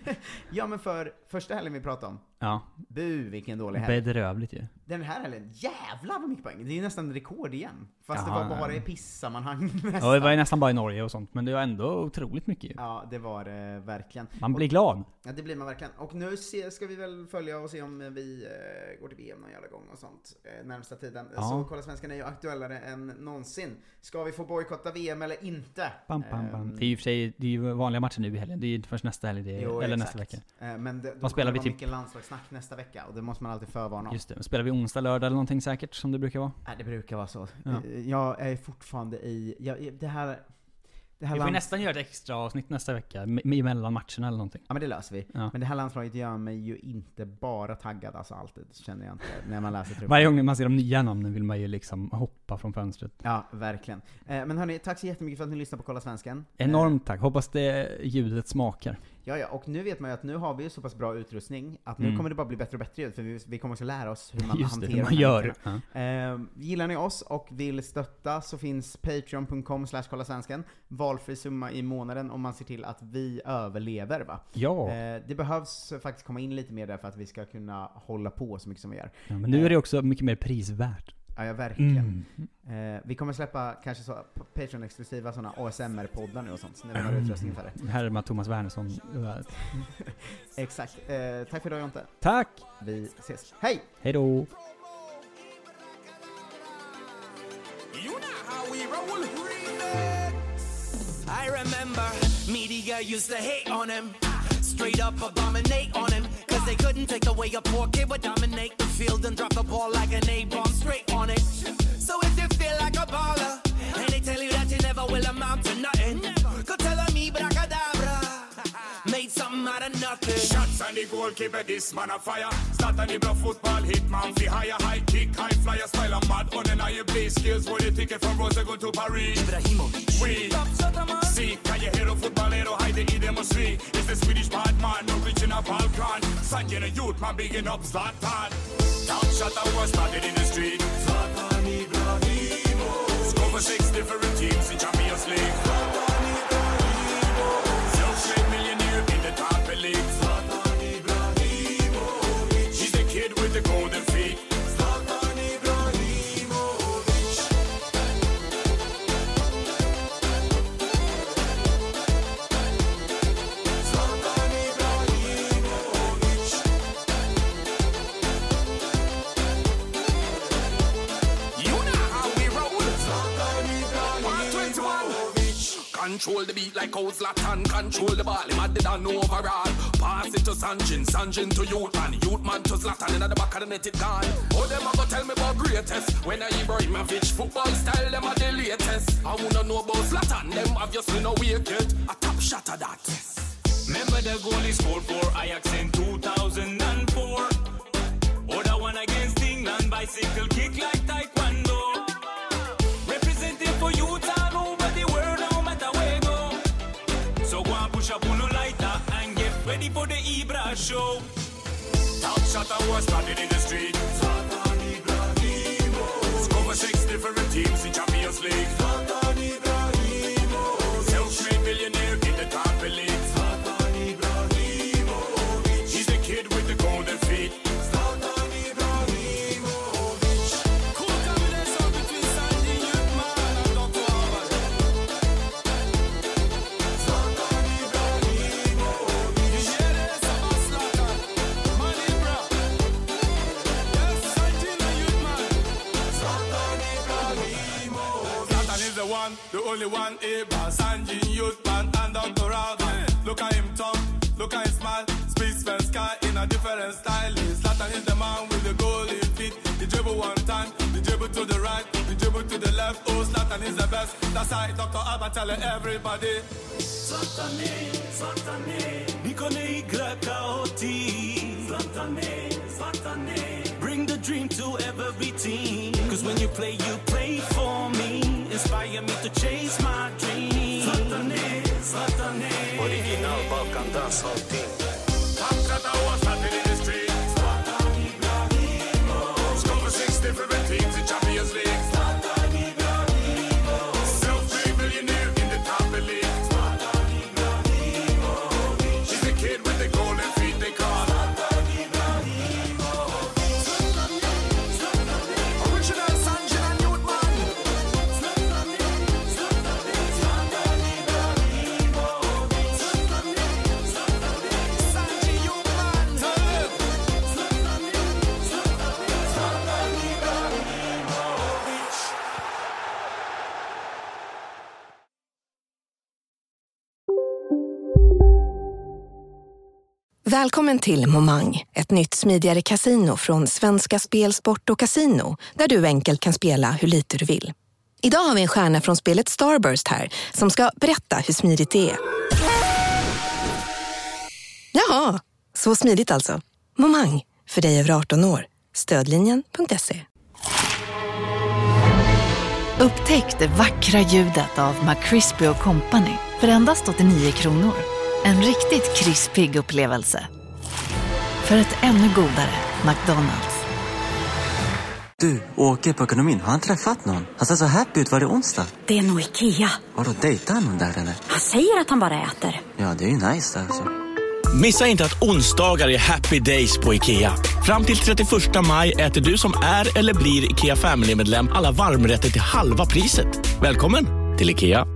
Speaker 8: Ja men för första helgen vi pratade om,
Speaker 11: Ja.
Speaker 8: bu vilken dålig helg.
Speaker 11: Bedrövligt ju.
Speaker 8: Den här helgen, jävlar vad mycket poäng! Det är ju nästan rekord igen. Fast
Speaker 11: Jaha,
Speaker 8: det var bara
Speaker 11: ja.
Speaker 8: i pissammanhang
Speaker 11: Ja, det var ju nästan bara i Norge och sånt, men det var ändå otroligt mycket ju.
Speaker 8: Ja, det var det verkligen.
Speaker 11: Man blir
Speaker 8: Och-
Speaker 11: glad.
Speaker 8: Ja, det blir man verkligen. Och nu se, ska vi väl följa och se om vi eh, går till VM någon jävla gång och sånt eh, närmsta tiden.
Speaker 11: Ja.
Speaker 8: Så Kolla Svenskan är ju aktuellare än någonsin. Ska vi få bojkotta VM eller inte? Ehm,
Speaker 11: Bam, bam, bam. Det är ju i och för sig det är ju vanliga matcher nu i helgen. Det är ju inte förrän nästa helg det är,
Speaker 8: Jo,
Speaker 11: eller
Speaker 8: exakt.
Speaker 11: nästa vecka.
Speaker 8: Eh, Men det, då
Speaker 11: Vad spelar vi
Speaker 8: kommer det vara
Speaker 11: typ?
Speaker 8: mycket landslagssnack nästa vecka och det måste man alltid förvarna om.
Speaker 11: Just det. Spelar vi onsdag, lördag eller någonting säkert som det brukar vara?
Speaker 8: Nej, det brukar vara så.
Speaker 11: Ja.
Speaker 8: Eh, Jag är fortfarande i... Jag, det här... Det här
Speaker 11: Vi får
Speaker 8: lands-
Speaker 11: nästan göra ett extra avsnitt nästa vecka, me- mellan matcherna eller någonting.
Speaker 8: Ja men det löser vi. Men det här landslaget gör mig ju inte bara taggad alltså alltid, känner jag inte. När man läser truppen.
Speaker 11: Varje gång man ser de nya namnen vill man ju liksom hoppa från fönstret.
Speaker 8: Ja, verkligen. Eh, Men hörni, tack så jättemycket för att ni lyssnade på Kolla Svensken.
Speaker 11: Enormt tack. Hoppas det ljudet smakar.
Speaker 8: Ja, ja, och nu vet man ju att nu har vi ju så pass bra utrustning att nu
Speaker 11: Mm.
Speaker 8: kommer det bara bli bättre och bättre ljud, för vi, vi kommer också lära oss hur man
Speaker 11: Just det,
Speaker 8: hanterar
Speaker 11: hur man
Speaker 8: de
Speaker 11: gör.
Speaker 8: här mickarna. Eh, gillar ni oss och vill stötta så finns patreon.com slash kollasvenskan. Valfri summa i månaden om man ser till att vi överlever va?
Speaker 11: Ja.
Speaker 8: Eh, det behövs faktiskt komma in lite mer där för att vi ska kunna hålla på så mycket som vi gör.
Speaker 11: Ja, men nu är det också mycket mer prisvärt.
Speaker 8: Ja, ja verkligen. Eh, vi kommer släppa kanske så Patreon-exklusiva sådana ASMR-poddar nu och sånt, så när vi har utrustning för det.
Speaker 11: Här är man Thomas Wernersson.
Speaker 8: Exakt. Eh, tack för idag Jonte.
Speaker 11: Tack!
Speaker 8: Vi ses. Hej!
Speaker 11: Hej då!
Speaker 9: You know how we roll. I remember media used to hate on him. Straight up abominate on him. Cause they couldn't take away a poor kid would dominate the field and drop the ball like an A-bomb straight on it. So if you feel like a baller, and they tell you that you never will amount to nothing, go tell them me bracadabra. Made something out of nothing.
Speaker 15: Shots on the goalkeeper, this man a fire. Start on the block football, hit man fi higher, high kick, high flyer, style of mad, undeniably skills. Where they ticket from Rosego to Paris. Ibrahimovic. We top shotter man. See, callejero futbolero, hide the idem of street. It's the Swedish bad man, no reaching a Balkan. Son, you youth man, bigging up Zlatan. Top shotter was started in the street. Zlatan Ibrahimovic. Score for six different teams in Champions League. Zlatan Ibrahimovic. Self-made millionaire in the top elite. He's the kid with the golden feet. Zlatan Ibrahimovic. Zlatan Ibrahimovic. Control the beat like old Zlatan, control the ball. Him had the done overall. Pass it to Sanjin, Sanjin to youth man, youth man to Zlatan. In the back of the net it gone. Oh, them a go tell me about greatest. When I Ibrahimovic football style, them a the latest. I wanna know about Zlatan. Them obviously no wicked. A top shot of that.
Speaker 6: Remember the goal he scored for Ajax in 2004? Or the one against England, bicycle kick like Taekwondo. Representing for Utah and over the world, no matter where you go. So go and push up on a lighter and get ready for the Ibra show.
Speaker 15: Top shotter was started in the street. Zlatan Ibrahimovic. Over six different teams in Champions League. Zlatan Ibrahimovic. Self-made millionaire in the top elite. Zlatan Ibrahimovic. He's the kid with the golden feet. Zlatan Ibrahimovic. Cool combination between Sandy Yutman and Dr. Ahmad. Zlatan Ibrahimovic. You hear this about Zlatan? Money, bro. Yes, Sandy Yutman. Zlatan Ibrahimovic.
Speaker 6: Zlatan is the one, the only one, Ibra, Sanjin, Youthman, and Dr. Alban. Look at him talk, look at his smile. Speaks Svenska in a different style. Zlatan is the man with the golden feet. The dribble one time, the dribble to the right, the dribble to the left. Oh, Zlatan is the best. That's how Dr. Alban tell everybody. Zlatan, Zlatan, Nikone igra kao ti. Zlatan, Zlatan, bring the dream to every team. Cause when you play, you play for me. Inspire me to chase my dream. Zlatan, Zlatan, original Balkan dancehall team.
Speaker 15: Top shot was started in the street. Zlatan Ibrahimovic. Scored for six different teams in Champions League. Zlatan Ibrahimovic. Self-made millionaire in the top elite. Zlatan Ibrahimovic. He's the kid with the golden feet they call. Zlatan Ibrahimovic. Zlatan Zlatan Original Sanjay and Newtman. Zlatan Zlatan Zlatan Ibrahimovic. Zlatan Zlatan Sanjay Newtman. Zlatan Zlatan Zlatan Ibrahimovic.
Speaker 5: Välkommen till Momang, ett nytt smidigare kasino från Svenska Spel, Sport och Casino där du enkelt kan spela hur lite du vill. Idag har vi en stjärna från spelet Starburst här som ska berätta hur smidigt det är. Jaha, så smidigt alltså. Momang, för dig över 18 år. Stödlinjen.se.
Speaker 13: Upptäck det vackra ljudet av McCrispy Company för endast 89 kronor. En riktigt krispig upplevelse. För ett ännu godare McDonalds.
Speaker 7: Du, åker på ekonomin. Har han träffat någon? Han ser så happy ut. Var det onsdag?
Speaker 16: Det är nog Ikea.
Speaker 7: Har du dejtar han någon där eller?
Speaker 16: Han säger att han bara äter.
Speaker 7: Ja, det är ju nice där alltså.
Speaker 17: Missa inte att onsdagar är happy days på IKEA. Fram till 31 maj äter du som är eller blir IKEA Family-medlem alla varmrätter till halva priset. Välkommen till IKEA!